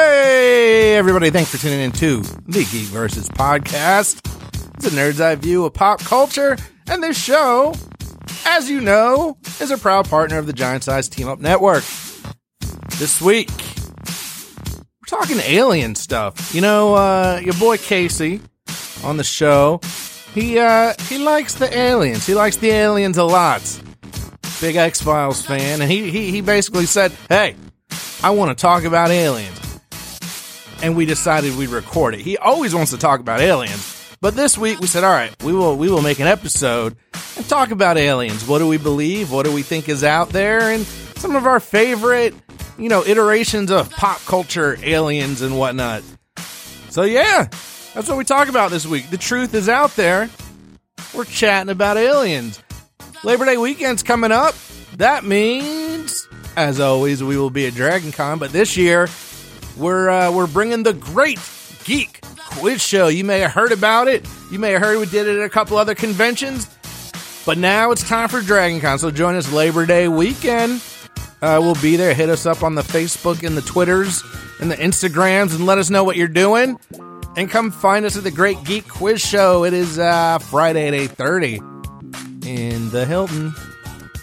Hey, everybody, thanks for tuning in to the Geek Versus Podcast. It's a nerd's eye view of pop culture, and this show, as you know, is a proud partner of the Giant Size Team Up Network. This week, we're talking alien stuff. You know, uh, your boy Casey on the show, he, uh, he likes the aliens. He likes the aliens a lot. Big X Files fan, and he, he, he basically said, Hey, I want to talk about aliens. And we decided we'd record it. He always wants to talk about aliens. But this week we said, all right, we will we will make an episode and talk about aliens. What do we believe? What do we think is out there? And some of our favorite, you know, iterations of pop culture aliens and whatnot. So yeah, that's what we talk about this week. The truth is out there. We're chatting about aliens. Labor Day weekend's coming up. That means, as always, we will be at Dragon Con, but this year we're uh, we're bringing the Great Geek Quiz Show. You may have heard about it. You may have heard we did it at a couple other conventions, but now it's time for Dragon Con. So join us Labor Day weekend. Uh, we'll be there. Hit us up on the Facebook and the Twitters and the Instagrams and let us know what you're doing. And come find us at the Great Geek Quiz Show. It is uh, Friday at eight thirty in the Hilton.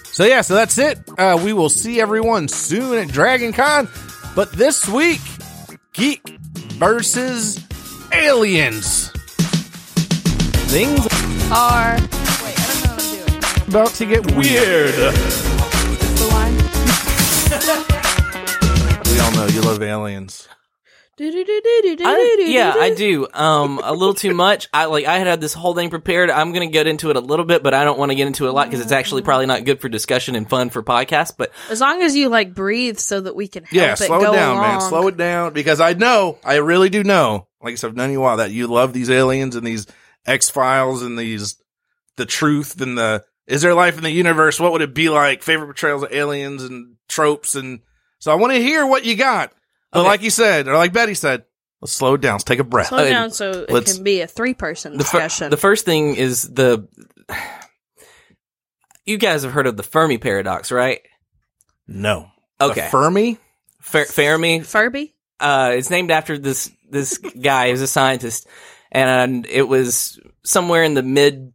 So yeah, so that's it. Uh, we will see everyone soon at Dragon Con. But this week, Geek versus Aliens. Things are. Wait, I don't know what I'm doing. about to get weird. The line. We all know you love aliens. I, yeah, I do. Um, a little too much. I like. I had had this whole thing prepared. I'm going to get into it a little bit, but I don't want to get into it a lot because it's actually probably not good for discussion and fun for podcasts. But As long as you like breathe, so that we can help Yeah, it slow Oh, go it down, along. man. Slow it down because I know, I really do know, like I said, none of you all that you love these aliens and these X Files and these the truth and the is there life in the universe? What would it be like? Favorite portrayals of aliens and tropes and so I want to hear what you got. But Okay. like you said, or like Betty said, let's slow it down. Let's take a breath. Slow Okay, down so it let's- can be a three-person the, fir- discussion. the first thing is the. You guys have heard of the Fermi paradox, right? No. Okay, The Fermi? Fer- Fermi. Furby. uh, it's named after this this guy who's a scientist, and it was somewhere in the mid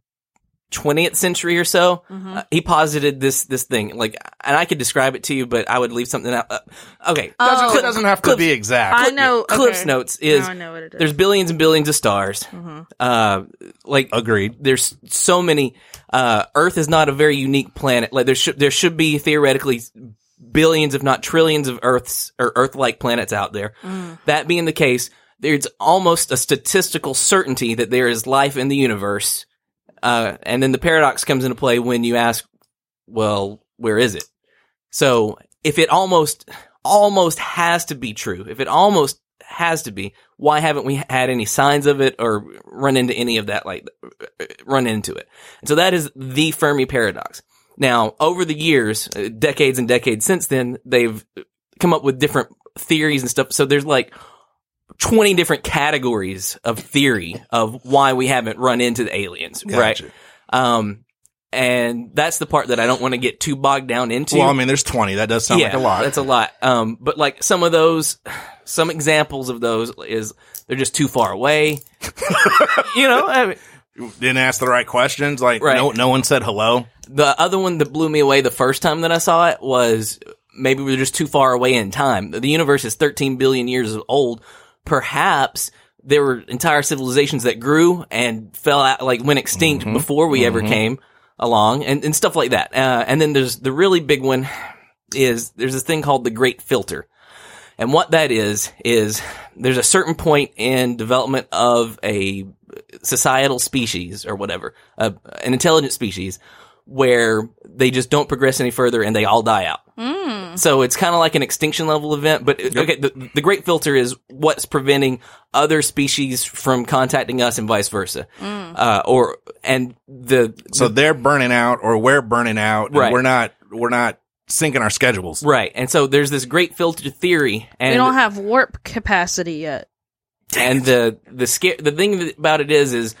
twentieth century or so. Mm-hmm. Uh, he posited this this thing, like, and I could describe it to you, but I would leave something out. Uh, okay, Doesn't, Oh. it doesn't have to be exact. I know. Okay. Cliff's notes is now I know what it is. Mm-hmm. there's billions and billions of stars. Uh, like Agreed. there's so many. Uh, Earth is not a very unique planet. Like there should there should be theoretically billions, if not trillions, of Earths or Earth-like planets out there. Mm-hmm. That being the case, there's almost a statistical certainty that there is life in the universe. Uh, and then the paradox comes into play when you ask, "Well, where is it?" So if it almost almost has to be true, if it almost has to be, why haven't we had any signs of it or run into any of that? Like run into it. And so that is the Fermi paradox. Now, over the years, uh, decades and decades since then, they've come up with different theories and stuff. So there's like 20 different categories of theory of why we haven't run into the aliens, right? Gotcha. Um, and that's the part that I don't want to get too bogged down into. Well, I mean, there's 20. That does sound like a lot. That's a lot. Um, but like some of those, some examples of those is they're just too far away. you know, I mean, Didn't ask the right questions. Like, Right. no, no one said hello. the other one that blew me away the first time that I saw it was maybe we're just too far away in time. The universe is 13 billion years old. Perhaps there were entire civilizations that grew and fell out, like went extinct before we ever came along and, and stuff like that. Uh, and then there's the really big one is there's this thing called the Great Filter. And what that is, is there's a certain point in development of a societal species or whatever, uh, an intelligent species, where they just don't progress any further and they all die out. So it's kind of like an extinction level event, but it- okay, the, the great filter is what's preventing other species from contacting us and vice versa. Uh, or, and the, So they're burning out, or we're burning out. and Right. We're not. We're not syncing our schedules. right. And so there's this great filter theory and we don't have warp capacity yet. and the the scare the thing that- about it is is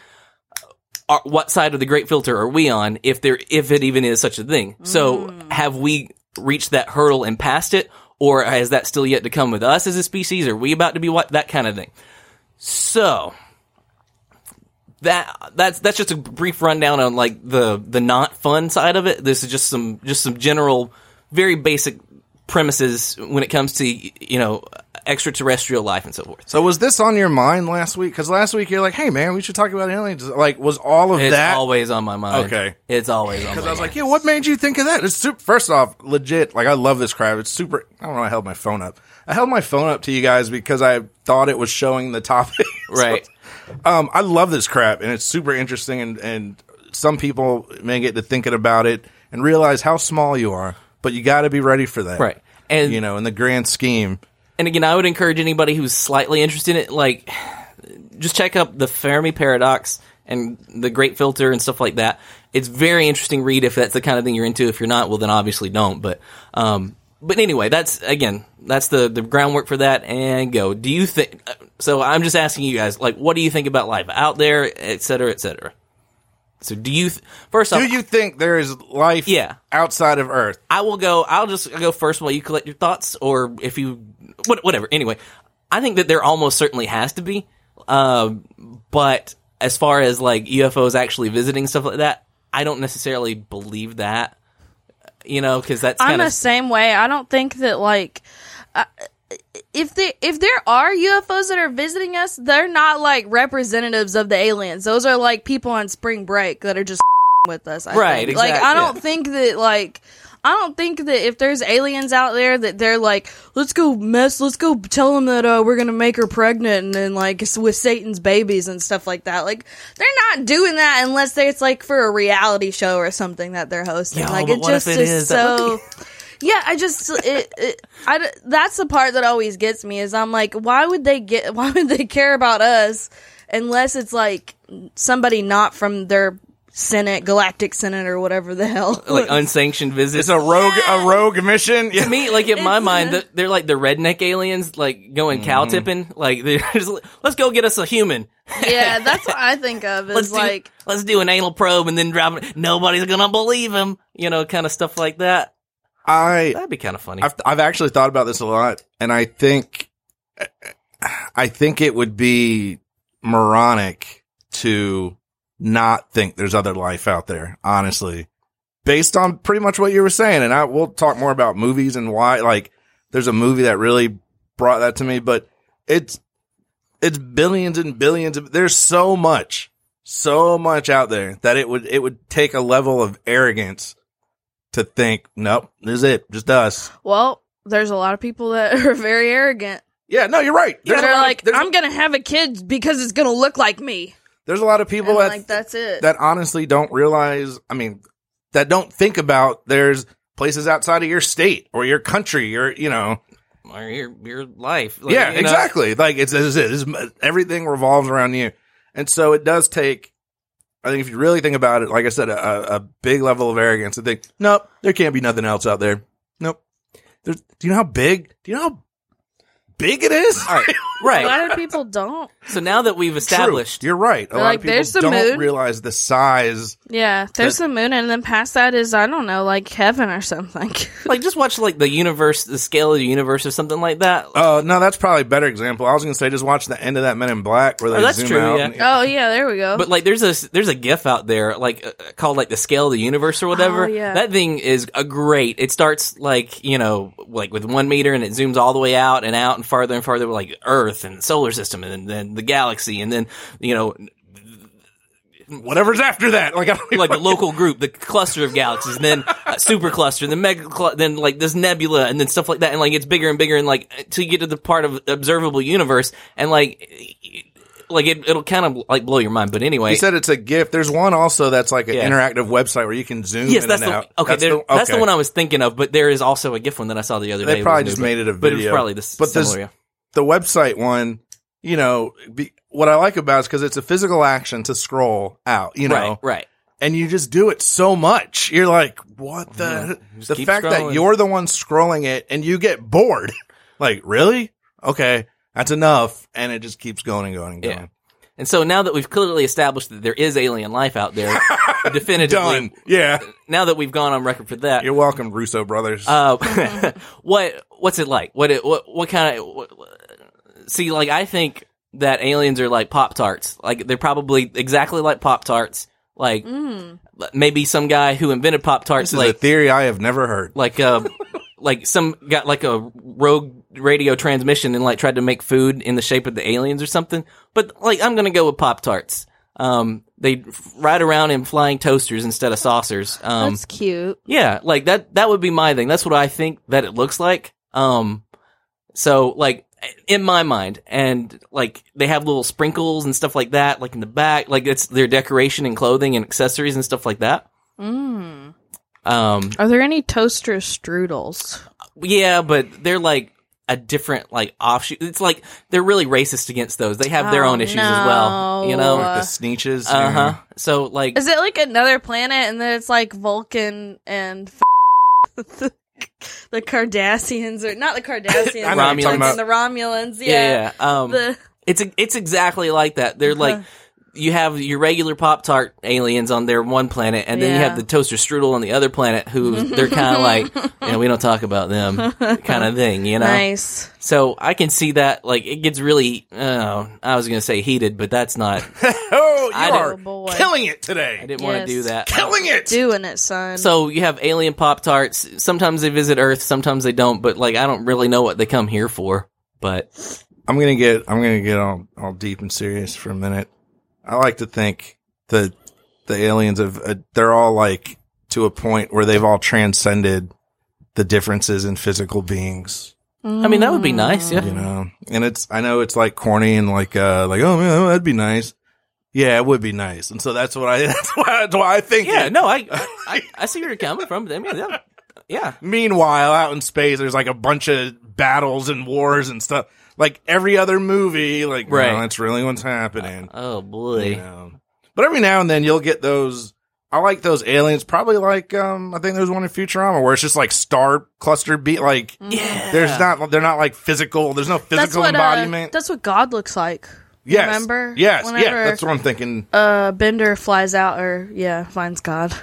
are, what side of the great filter are we on if there if it even is such a thing so have we reached that hurdle and passed it or is that still yet to come with us as a species? Are we about to be what? That kind of thing. So that that's that's just a brief rundown on like the the not fun side of it. This is just some just some general, very basic premises when it comes to you know extraterrestrial life and so forth. So was this on your mind last week? Because last week you're like, "Hey man, we should talk about aliens." Like, was all of It's that? always on my mind. Okay. it's always on. Because my I was mind. like, "Yeah, what made you think of that?" It's super. First off, legit. Like, I love this crap. It's super. I don't know. I held my phone up. I held my phone up to you guys because I thought it was showing the topic. So, right. um, I love this crap, and it's super interesting. And and some people may get to thinking about it and realize how small you are, but you got to be ready for that, Right. And- you know, in the grand scheme, and again, I would encourage anybody who's slightly interested in it, like, just check up the Fermi Paradox and the Great Filter and stuff like that. It's very interesting read if that's the kind of thing you're into. If you're not, well, then obviously don't. But, um, but anyway, that's again, that's the the groundwork for that. And go. Do you think? So I'm just asking you guys, like, what do you think about life out there, et cetera, et cetera? So do you? Th- first off, do you think there is life, Yeah. outside of Earth? I will go. I'll just go first while you collect your thoughts, or if you, what, whatever. Anyway, I think that there almost certainly has to be. Uh, but as far as like UFOs actually visiting stuff like that, I don't necessarily believe that. You know, because that's I'm kind the of same way. I don't think that like I, if there if there are UFOs that are visiting us, they're not like representatives of the aliens. Those are like people on spring break that are just with us. I Right, think. Like exact- I don't think that like. I don't think that if there's aliens out there that they're like, let's go mess, let's go tell them that uh, we're gonna make her pregnant and then like s- with Satan's babies and stuff like that. Like they're not doing that unless they, it's like for a reality show or something that they're hosting. Yeah, like but it what if just it is is? That would so. Yeah, I just it, it I d- that's the part that always gets me is I'm like, why would they get why would they care about us unless it's like somebody not from their senate, galactic senate or whatever the hell. like unsanctioned It's visits. a rogue, a rogue mission. Yeah. to me, like in my mind, that they're like the redneck aliens, like going cow Mm-hmm. tipping. Like they're just, like, let's go get us a human. yeah, that's what I think of Let's is do, like let's do an anal probe and then drop it. Nobody's gonna believe him. You know, kind of stuff like that. I That'd be kind of funny. I've, I've actually thought about this a lot, and I think I think it would be moronic to not think there's other life out there. Honestly, based on pretty much what you were saying, and I we'll talk more about movies and why. Like, there's a movie that really brought that to me, but it's it's billions and billions. Of, there's so much, so much out there that it would it would take a level of arrogance. To think, nope, this is it, just us. well, there's a lot of people that are very arrogant. Yeah, no, you're right. That a are lot of- like, there's, I'm gonna have a kid because it's gonna look like me. there's a lot of people And that like that's it. that honestly don't realize. I mean, that don't think about there's places outside of your state or your country or you know. or your your life. Like, yeah, you know, exactly. Like it's, it's, it's, it's- everything revolves around you, and so it does take. I think if you really think about it, like I said, a, a- a big level of arrogance to think, nope, there can't be nothing else out there. Nope. There's, do you know how big? Do you know how big it is? All right. a Right. lot of people don't. So now that we've True. established, You're right. A lot Like, of people there's the don't moon. realize the size. Yeah, there's the moon, and then past that is I don't know, like heaven or something. like just watch like the universe, the scale of the universe, or something like that. Uh, no, that's probably a better example. I was going to say just watch the end of that Men in Black where they Oh, that's zoom true, out. yeah. and- oh yeah, there we go. but like, there's a there's a GIF out there like uh, called like the scale of the universe or whatever. Oh, yeah. That thing is a great. It starts like you know like with one meter and it zooms all the way out and out and farther and farther. Like Earth and solar system and then, then the galaxy and then you know whatever's after that. Like, I don't like the local group, the cluster of galaxies, and then a super cluster, then mega, clu- then like this nebula, and then stuff like that, and like it's bigger and bigger, and like until you get to the part of observable universe, and like, like it, it'll kind of like blow your mind. But anyway, you said it's a gift. There's one also that's like an Yeah. interactive website where you can zoom yes, in that's and the out. okay, that's, the, that's the okay. one I was thinking of. But there is also a GIF one that I saw the other day. They with probably new, just but- made it a but it was video. probably this But this- similar. yeah. the website one, you know, be, what I like about it is because it's a physical action to scroll out, you know, right, right. and you just do it so much. You're like, what the? Just The keep fact that scrolling. you're the one scrolling it and you get bored. like, really? Okay, that's enough. And it just keeps going and going and going. Yeah. And so now that we've clearly established that there is alien life out there, definitively, Done. Yeah. now that we've gone on record for that, You're welcome, Russo brothers. Uh, what what's it like? What it, what what kind of what, what- see? Like I think that aliens are like pop tarts. Like they're probably exactly like pop tarts. Like Mm, maybe some guy who invented pop tarts This is a like theory I have never heard. like uh like some got like a rogue radio transmission and like tried to make food in the shape of the aliens or something. But like I'm gonna go with pop tarts. Um, they f- ride around in flying toasters instead of saucers. Um, That's cute. yeah, like that that would be my thing. That's what I think that it looks like. Um so like in my mind and like they have little sprinkles and stuff like that like in the back like it's their decoration and clothing and accessories and stuff like that. Mm. Um Are there any toaster strudels? yeah, but they're like a different like offshoot. It's like they're really racist against those. They have their Oh, own issues as well, you no. know. Uh, the sneeches. Uh-huh. So like Is it like another planet and then it's like Vulcan and the, the Cardassians or not the Cardassians, I know what but you're talking like the Romulans, yeah. yeah, yeah. Um The It's it's exactly like that. They're like Uh-huh. you have your regular Pop Tart aliens on their one planet, and then you Yeah. have the toaster strudel on the other planet, who they're kind of like, yeah, we don't talk about them, kind of thing, you know. nice. So I can see that like it gets really. Oh, I was gonna say heated, but that's not. Oh, you I are don't- Oh, boy. killing it I today. didn't want to Yes. do that. Killing it. Doing it, son. So you have alien Pop Tarts. Sometimes they visit Earth, sometimes they don't. But like I don't really know what they come here for. But I'm gonna get I'm gonna get all, all deep and serious for a minute. I like to think that the aliens have uh, they're all like to a point where they've all transcended the differences in physical beings, I mean that would be nice. Mm. Yeah. you know. And it's I know it's like corny and like uh like oh man that'd be nice. Yeah, it would be nice. And so that's what I that's why, that's why I think. Yeah, it. no, I, I I see where you're coming from. I mean, yeah, yeah. Meanwhile, out in space, there's like a bunch of battles and wars and stuff. Like every other movie, like Right. no, that's really what's happening. Oh boy. You know. But every now and then you'll get those. I like those aliens. Probably like um, I think there's one in Futurama where it's just like star cluster beat. Like Yeah. there's not they're not like physical. There's no that's physical what Uh, embodiment. that's what God looks like. yes. remember? Yes. Whenever- Yeah. That's what I'm thinking. Uh, Bender flies out or yeah, finds God.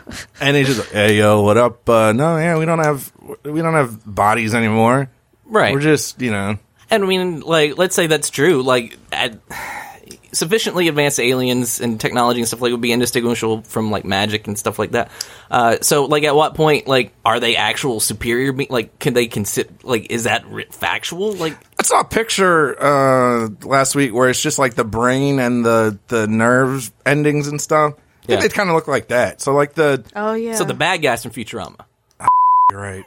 And he's just like, hey yo, what up? Uh, no, yeah, we don't have we don't have bodies anymore. Right. We're just you know. and I mean, like, let's say that's true. Like, ad- sufficiently advanced aliens and technology and stuff like would be indistinguishable from like magic and stuff like that. Uh, so, like, at what point, like, are they actual superior? Be- like, can they consider? Like, is that ri factual? Like, I saw a picture uh, last week where it's just like the brain and the the nerves endings and stuff. I think Yeah. They kind of look like that. So like the Oh yeah. so the bad guys from Futurama. you're right.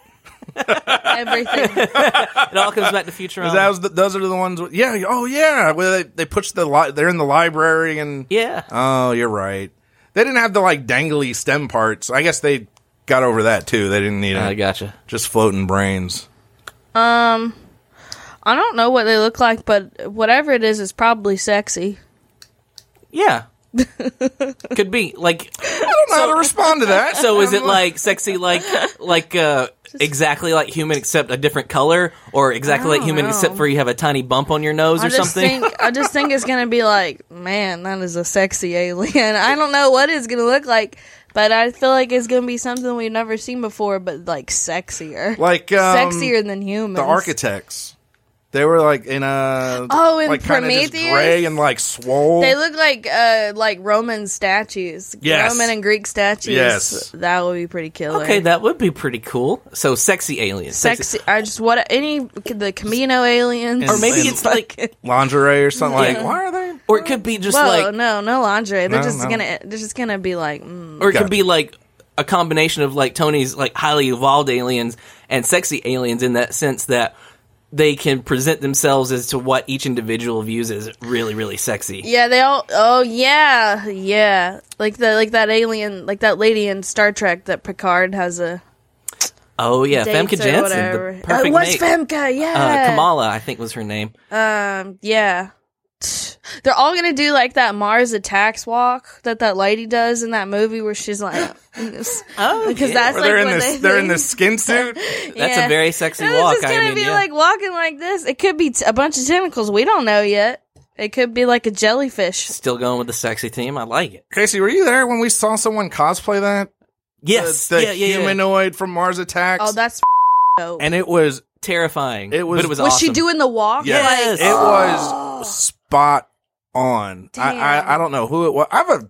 everything. It all comes back to Futurama. That was the, those are the ones. With, yeah. Oh, yeah. Where they they push the li- they're in the library and yeah. Oh, you're right. They didn't have the like dangly stem parts. I guess they got over that too. They didn't need I it. gotcha. Just floating brains. I don't know what they look like, but whatever it is, it's probably sexy. Yeah. Could be like I don't know how to respond to that. So is it like sexy, like like uh, exactly like human except a different color, or exactly like don't human know. except for you have a tiny bump on your nose I or just something? think I just think it's gonna be like, man, that is a sexy alien. I don't know what it's gonna look like, but I feel like it's gonna be something we've never seen before, but like sexier, like um, sexier than humans. the architects? They were like in a Oh, in like kinda just Prometheus? gray and like swole. They look like uh like Roman statues, Yes. Roman and Greek statues. Yes. that would be pretty killer. okay, that would be pretty cool. So sexy aliens, sexy. I just what any the Camino aliens, Or Maybe it's like, lingerie or something. Yeah. Like why are they? or it could be just Whoa, like, no, no lingerie. They're No, just no. gonna they're just gonna be like mm. or it Gotcha. could be like a combination of like Tony's like highly evolved aliens and sexy aliens in that sense that they can present themselves as to what each individual views as really really sexy. Yeah, they all oh yeah, yeah. Like the like that alien like that lady in Star Trek that Picard has a Oh yeah, date Femke or Jensen, whatever. the perfect uh, what's mate. Femke, uh, yeah. Kamala, I think was her name. Um yeah. They're all gonna do like that Mars attacks walk that that lady does in that movie where she's like, because Oh, yeah. that's Or like they're in what this they they're in think. this skin suit. That's Yeah. a very sexy No, walk. It's just I gonna mean, be yeah. like walking like this. It could be t- a bunch of tentacles. We don't know yet. It could be like a jellyfish. still going with the sexy theme. I like it. Casey, were you there when we saw someone cosplay that? Yes, the, the yeah, yeah, yeah. humanoid from Mars Attacks. Oh, that's dope. and it was terrifying. It was- but it was, was awesome. she doing the walk? oh, Yeah. Yes. it was spot on. I, Damn. I I don't know who it was. I've a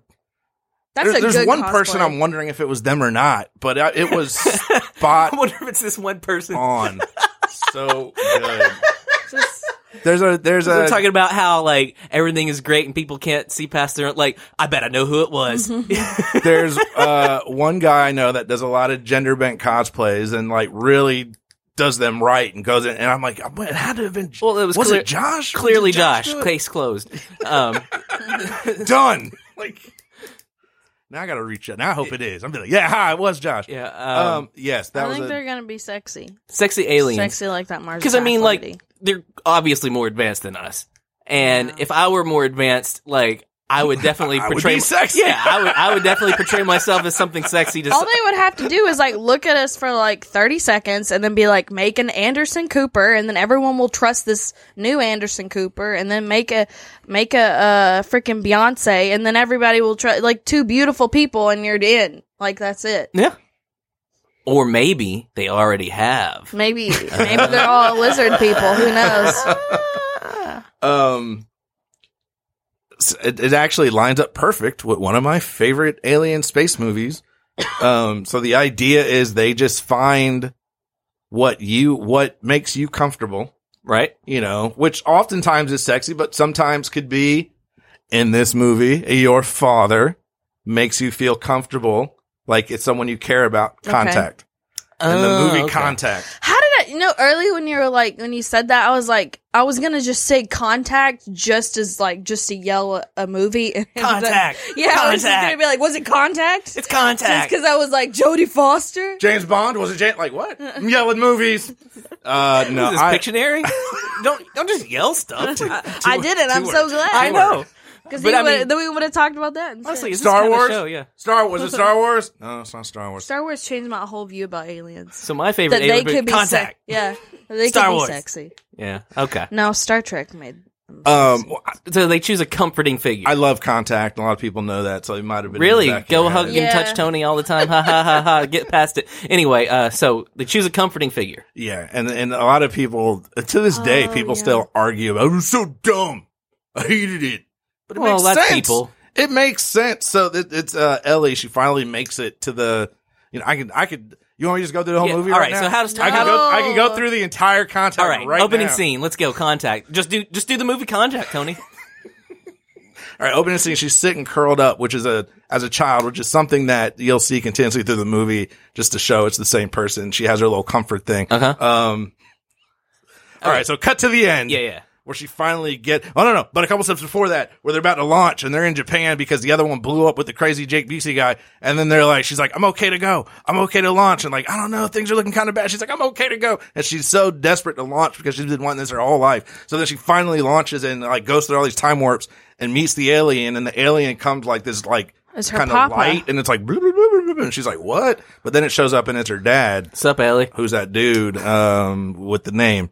that's there's, a there's good one cosplay. person I'm wondering if it was them or not, but I, it was spot I wonder if it's this one person. on. So good. Just, There's a there's We're a talking about how like everything is great and people can't see past their like. I bet I know who it was. Mm-hmm. there's uh one guy I know that does a lot of gender bent cosplays and like really does them right and goes in and I'm like, "But it had to have been Well, it was was clear- it Josh? Was Clearly, it Josh. do it? Case closed. Um, done. Like now I gotta reach out. Now I hope it is. I'm be like, yeah, hi, it was Josh. yeah. Um, Um, yes, that I was think a- they're gonna be sexy, sexy aliens. sexy like that Mars. Because I mean, Attack like lady. they're obviously more advanced than us, and Yeah. if I were more advanced, like I would definitely I would portray be sexy. Yeah, I would. I would definitely portray myself as something sexy. To all they would have to do is like look at us for like 30 seconds and then be like make an anderson cooper and then everyone will trust this new anderson cooper and then make a make a uh freaking beyonce and then everybody will try like two beautiful people and you're in like that's it yeah. Or maybe they already have. maybe maybe they're all lizard people who knows um s- it, it actually lines up perfect with one of my favorite alien space movies um so the idea is they just find what you what makes you comfortable Right? you know which oftentimes is sexy but sometimes could be in this movie your father makes you feel comfortable like it's someone you care about Okay. contact in the Oh, movie okay. contact How did I you know early when you were like when you said that I was like I was gonna just say contact just as like just to yell a, a movie and then- Contact. yeah I was just Contact. gonna be like was it contact It's just contact. because I was like Jodie Foster james bond was a james like what I'm yelling movies uh no Is this I- Pictionary? don't don't just yell stuff. I, I did it I'm so glad I know. because but I mean- then we would have talked about that instead. Honestly, it's Star Star Wars. Wars? Show, yeah. Star was it Star Wars? No, it's not Star Wars. Star Wars changed my whole view about aliens So my favorite that they alien could be contact. sec- yeah that they Star could be Wars. sexy Yeah. Okay. no Star Trek made Um, I- So they choose a comforting figure. I love Contact. A lot of people know that, so it might have been Really? in the back of Go your hug head. Yeah. and touch Tony all the time. Ha ha ha ha. Get past it. Anyway, uh, so they choose a comforting figure. Yeah, and and a lot of people to this day, Oh, people yeah. still argue about. It was so dumb. I hated it. But it Well, makes that's sense. people. It makes sense. So it, it's uh, Ellie. She finally makes it to the. You know, I could. I could. You want me to just go through the whole Yeah, movie? all right right, so now? how does I can No. go? I can go through the entire Contact. All right. right opening now. scene. Let's go. Contact. Just do just do the movie Contact, Tony. All right, opening scene. She's sitting curled up, which is a as a child, which is something that you'll see continuously through the movie, just to show it's the same person. She has her little comfort thing. Uh-huh. Um. all right, so cut to the end. Yeah, yeah. Where she finally get oh no no, but a couple steps before that, where they're about to launch and they're in Japan because the other one blew up with the crazy Jake Busey guy, and then they're like, she's like, I'm okay to go, I'm okay to launch, and like I don't know, things are looking kind of bad. She's like, I'm okay to go, and she's so desperate to launch because she's been wanting this her whole life. So then she finally launches and like goes through all these time warps and meets the alien, and the alien comes like this like It's her kind of papa. light, and it's like "Bloop, bloop, bloop, bloop," and she's like, what? But then it shows up and it's her dad What's up, Ellie? who's that dude um with the name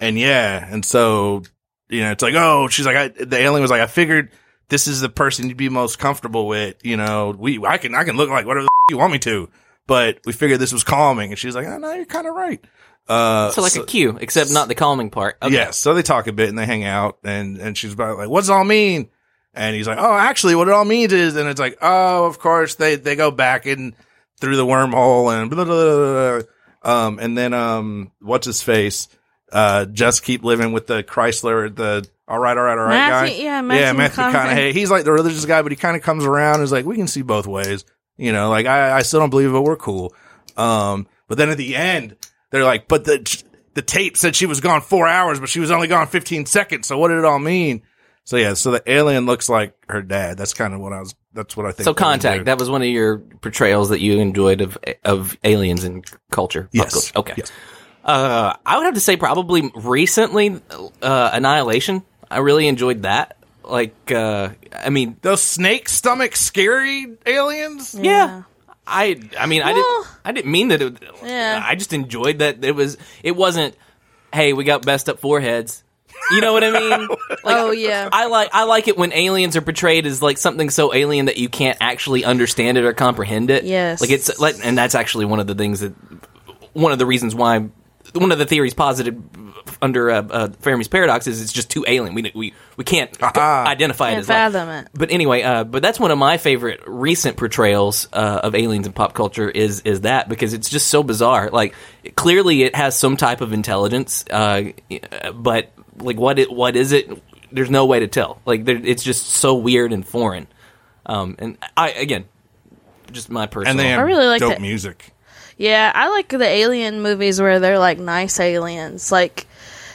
and yeah and so you know it's like oh she's like I, the alien was like i figured this is the person you'd be most comfortable with you know we i can i can look like whatever the you want me to but we figured this was calming and she's like oh no you're kind of right uh So like a cue, except not the calming part. Okay. Yes. So they talk a bit and they hang out and, and she's about like, what's it all mean? And he's like, oh, actually what it all means is, and it's like, oh, of course they, they go back in through the wormhole and blah, blah, blah, blah, blah. um, and then, um, what's his face? Uh, just keep living with the Chrysler, the all right, all right, all right Matthew- guy. yeah, Matthew Matthew McConaughey. McConaughey. He's like the religious guy, but he kind of comes around and is like, we can see both ways. You know, like I, I still don't believe it, but we're cool. Um, but then at the end, they're like, but the the tape said she was gone four hours, but she was only gone fifteen seconds. So what did it all mean? So yeah, so the alien looks like her dad. That's kind of what I was. That's what I think. So they would contact. do. That was one of your portrayals that you enjoyed of of aliens and culture. pop Yes. culture. Okay. Yes. Uh, I would have to say probably recently, uh, Annihilation. I really enjoyed that. Like, uh, I mean, Those snake stomach scary aliens. yeah. I I mean I Well- didn't I didn't mean that it Yeah. I just enjoyed that it was it wasn't hey we got best up foreheads you know what I mean like, Oh, yeah. I like I like it when aliens are portrayed as like something so alien that you can't actually understand it or comprehend it Yes. like it's like and that's actually one of the things that one of the reasons why one of the theories posited under uh, uh, Fermi's paradox is it's just too alien. We we we can't identify it Can't as life. fathom it. But anyway, uh, but that's one of my favorite recent portrayals uh, of aliens in pop culture is is that because it's just so bizarre. Like clearly it has some type of intelligence, uh, but like what it what is it? There's no way to tell. Like there, it's just so weird and foreign. Um, and I again, just my personal. and they have I really like dope that. music. Yeah, I like the alien movies where they're like nice aliens. Like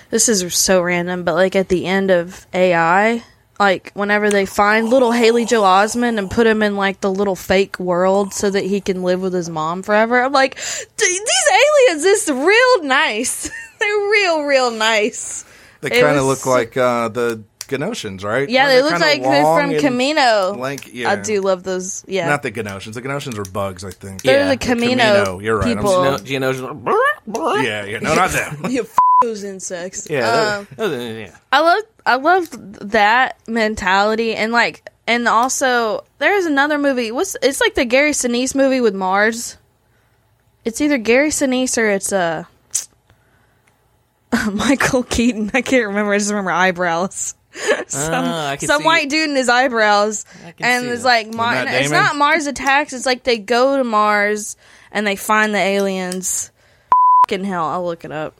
this is so random, but like at the end of AI, like whenever they find little Haley Joe Osmond and put him in like the little fake world so that he can live with his mom forever. I'm like, "D- these aliens is real nice. they're real, real nice. They It kind of was- look like uh, the Ganosians, right? Yeah, Weren't they look kinda like they're long from and- Camino. blank- I yeah. do love those. Yeah, Not the Ganosians. The Ganosians were bugs, I think. they're Yeah, the the Camino, Camino. You're right. I'm people. so- No, Geonosis- Yeah, yeah. No, not them. You f- those insects. Yeah, that- Um, that was- Oh, yeah. I love I love that mentality and like and also there is another movie. What's it's like the Gary Sinise movie with Mars. It's either Gary Sinise or it's uh Michael Keaton. I can't remember. I just remember eyebrows. some Ah, I can some see- white dude in his eyebrows, can and see it's that. like Mar- Matt it's Damon? not Mars attacks. It's like they go to Mars and they find the aliens. Fucking hell, I'll look it up.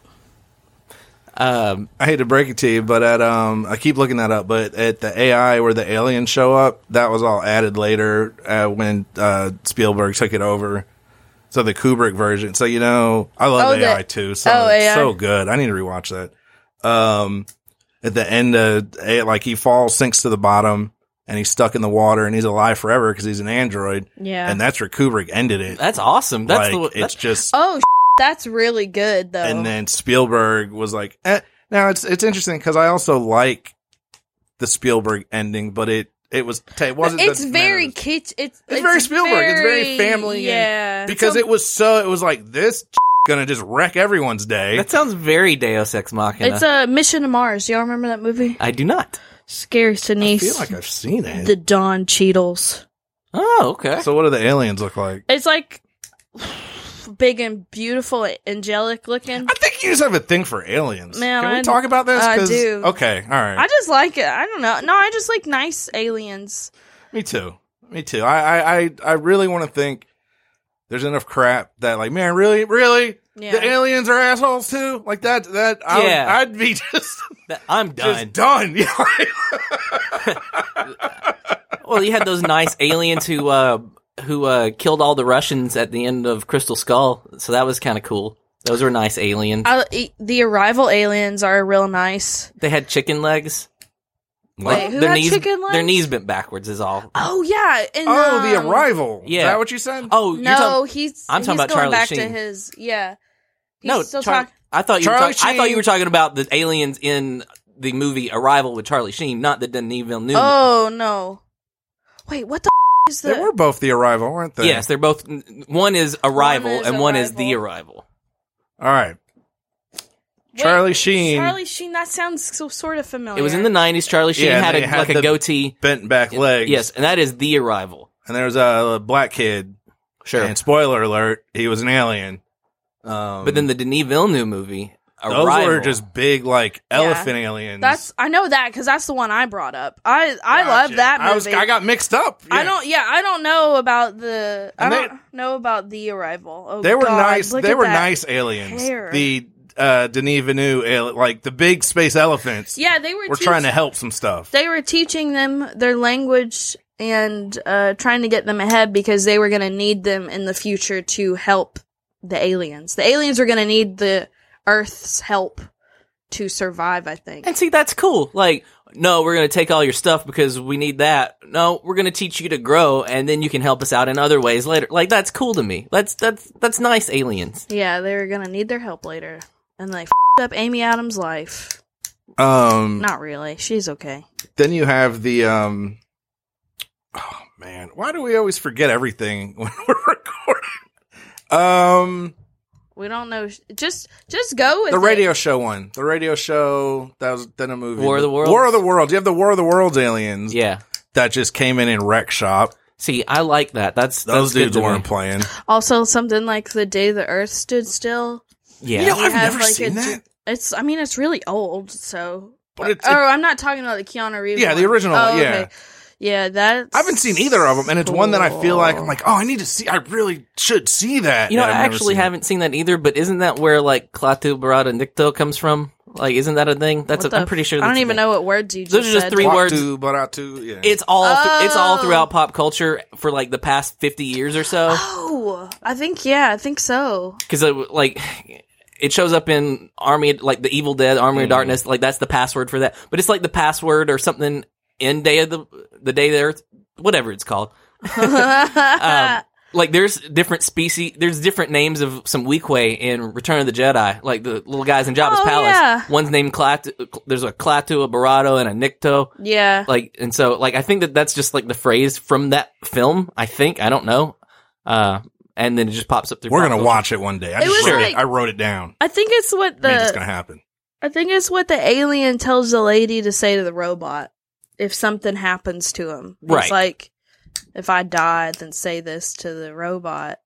Um, I hate to break it to you, but at um, I keep looking that up. But at the AI where the aliens show up, that was all added later uh, when uh, Spielberg took it over. So the Kubrick version. So you know, I Oh, love the- AI too. So oh, it's AI. so good. I need to rewatch that. Um, at the end, uh, eh, like he falls, sinks to the bottom, and he's stuck in the water, and he's alive forever because he's an android. Yeah. and that's where Kubrick ended it. that's awesome. That's like the it's just Oh, sh- that's really good though. and then Spielberg was like, eh. now it's it's interesting because I also like the Spielberg ending, but it it was it wasn't. it's the- very it's, kitsch. It's, very Spielberg. it's very very- family. and- Yeah, because it was so it was like this gonna just wreck everyone's day. That sounds very Deus Ex Machina. It's a Mission to Mars. Y'all remember that movie? I do not. Scary I feel Sinise, like I've seen it. the Don Cheadles. Oh, okay. so what do the aliens look like? It's like big and beautiful, angelic looking. I think you just have a thing for aliens. Man, Can we I- talk about this? I 'Cause- do. Okay, all right. I just like it. I don't know. No, I just like nice aliens. Me too. Me too. I I I, I really want to think there's enough crap that like, man, really, really, Yeah. the aliens are assholes too. Like that. That I Yeah. would, I'd be just That- I'm just done. done. Yeah, well, you had those nice aliens who uh, who uh, killed all the Russians at the end of Crystal Skull, so that was kind of cool. Those were nice aliens. I, e- the arrival aliens are real nice. they had chicken legs. Wait, who their had knees, chicken legs? Their knees bent backwards is all. Oh yeah. And, oh, the um, arrival. Yeah, is yeah. that what you said? Oh, you're No, talking, he's. I'm talking he's about going Charlie back to Sheen. his. Yeah. He's no, still Char- talk- I thought you. Were Charlie talk- I thought you Sheen. were talking about the aliens in the movie Arrival with Charlie Sheen, not the Denis Villeneuve. Oh no! Wait, what the f- is the? they were both the arrival, weren't they? yes, they're both. One is Arrival, One is and one is the Arrival. Arrival. All right. Wait, Charlie Sheen Charlie Sheen. That sounds so sort of familiar. It was in the '90s. Charlie Sheen Yeah, had, they a, had like the- a goatee. bent back legs. Yes, and that is the arrival. and there was a, black kid. Sure, And spoiler alert, he was an alien. Um, but then the Denis Villeneuve movie, those Arrival, were just big like elephant aliens. That's I know that because that's the one I brought up. I I Gotcha. love that movie. I was I got mixed up. I Yeah. don't. Yeah, I don't know about the. I And they- don't know about the arrival. Oh, They were God, nice. look They at were that. nice aliens. hair. The uh, Denis Villeneuve, al- like the big space elephants, Yeah, they were. were teach- trying to help some stuff. They were teaching them their language and uh, trying to get them ahead because they were going to need them in the future to help the aliens. The aliens were going to need the Earth's help to survive. I think. and see that's cool. Like, no, we're gonna take all your stuff because we need that. No, we're gonna teach you to grow, and then you can help us out in other ways later. Like that's cool to me. That's that's that's nice aliens. Yeah, they were gonna need their help later, and they f- up Amy Adams' life. Um, Not really. She's okay. then you have the um, oh man, why do we always forget everything when we're recording? Um, We don't know. sh- Just just go with the it. radio show one, the radio show that was then a movie, War of the Worlds? War of the Worlds. You have the War of the Worlds aliens Yeah. that just came in and wreck shop. See, I like that. That's Those that's good dudes to me. weren't playing. Also, something like the day the Earth stood still. Yeah. You know, He I've has, never like, seen a- that. It's. I mean, it's really old. So. But it's- oh, I'm not talking about the Keanu Reeves. Yeah, the one. original Oh, one, yeah. Okay. Yeah, that's. I haven't seen either of them, and it's one that I feel like I'm like, oh, I need to see. I really should see that. You know, and I I've never actually seen it. haven't seen that either, but isn't that where like Klaatu, Barada, and Nikto comes from? Like, isn't that a thing? That's What a, the I'm pretty sure. I That's don't a even thing. know what words you just. Those are just said. three Walk words. to, but out to, yeah. It's all thr- it's all Oh. throughout pop culture for like the past fifty years or so. Oh, I think yeah, I think so. because like it shows up in Army like the Evil Dead Army of Darkness. Like that's the password for that, but it's like the password or something in Day of the the Day of the Earth, whatever it's called. Um, like there's different species, there's different names of some Weequay in Return of the Jedi. Like the little guys in Jabba's Oh, palace. yeah. One's named Klaatu. There's a Klaatu, a Barado, and a Nikto. yeah. Like and so like I think that that's just like the phrase from that film. I think I don't know. Uh, and then it just pops up through. We're pop gonna culture. watch it one day. I It just was wrote it. like- I wrote it down. I think it's what I think it's the gonna happen. I think it's what the alien tells the lady to say to the robot if something happens to him. Right. It's like if I die, then say this to the robot,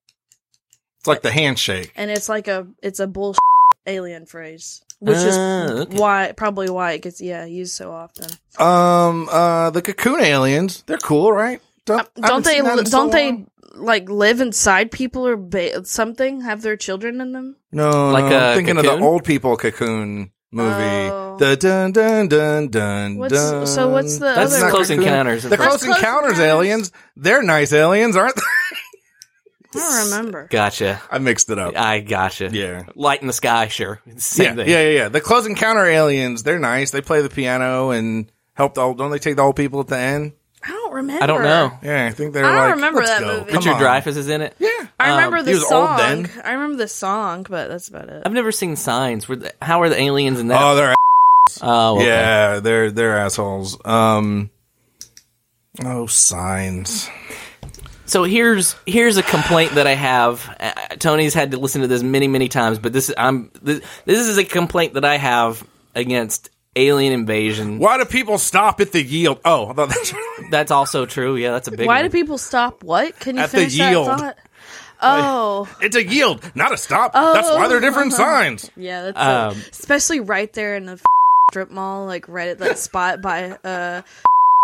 It's Uh, like the handshake. and it's like a it's a bullshit alien phrase, which Ah, is okay. why probably why it gets yeah used so often. Um, uh, the cocoon aliens. They're cool, right? Don't, I haven't Um, don't they seen that li- in so don't they long. like live inside people or ba- something have their children in them No, Like like no, I'm a thinking of cocoon? the old people cocoon movie. Oh. The dun dun dun dun What's- dun. so what's the That's That's other- Close Cocoon. Encounters. The That's close, Close encounters Encounters. aliens. They're nice aliens, aren't they? i don't remember Gotcha. I mixed it up. I gotcha. Yeah. Light in the sky, sure. It's the Same Yeah, yeah, thing. yeah, yeah. The close encounter aliens. They're nice. They play the piano and help the old. Don't they take the old people at the end? i don't remember I don't know. Yeah, I think they're I don't like. remember Let's that go. movie. Come Richard on. Dreyfuss is in it. Yeah. i Um, remember he the was old song then. i remember the song but that's about it I've never seen Signs. Were the, how are the aliens in that? Oh, they're oh, okay. Yeah, they're they're assholes. Um Oh, signs. So here's here's a complaint that I have. Uh, Tony's had to listen to this many many times, but this I'm this, this is a complaint that I have against alien invasion. Why do people stop at the yield? Oh, I thought that's That's also true. Yeah, that's a big. why do one. people stop what can you At the finish that yield. thought oh It's a yield, not a stop. that's why they're different signs. yeah that's Um, it. especially right there in the strip mall like right at that spot by uh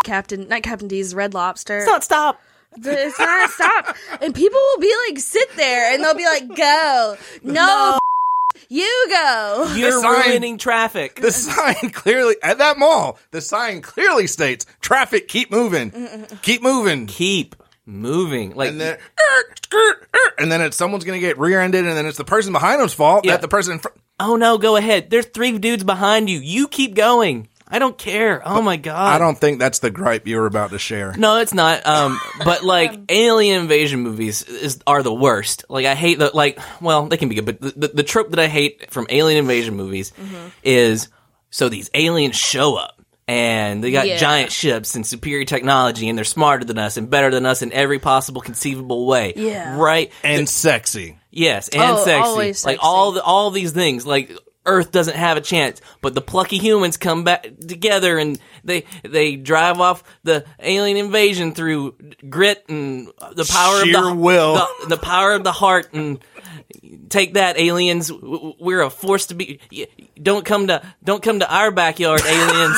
Captain, not Captain D's Red Lobster. It's not stop? The- it's not stop. And people will be like, sit there, and they'll be like, go. No, you go. You're sign- ruining traffic. The sign clearly at that mall. The sign clearly states traffic keep moving, keep moving, Keep moving. Like and then "Er, skirt, er," and then it's someone's gonna get rear-ended, and then it's the person behind them's fault Yeah. that the person in front. Oh no, go ahead. There's three dudes behind you. You keep going. I don't care. Oh my god. I don't think that's the gripe you were about to share. No, it's not. Um, but like alien invasion movies is are the worst. Like I hate the like. Well, they can be good, but the, the, the trope that I hate from alien invasion movies Mm-hmm. is so these aliens show up and they got Yeah. giant ships and superior technology and they're smarter than us and better than us in every possible conceivable way. Yeah. Right. And sexy. Yes, and Oh, sexy. always Like sexy. all the, all these things. Like Earth doesn't have a chance, but the plucky humans come back together and they they drive off the alien invasion through grit and the power Sheer of the will. the, the power of the heart and take that aliens W- w- we're a force to be y- don't come to don't come to our backyard aliens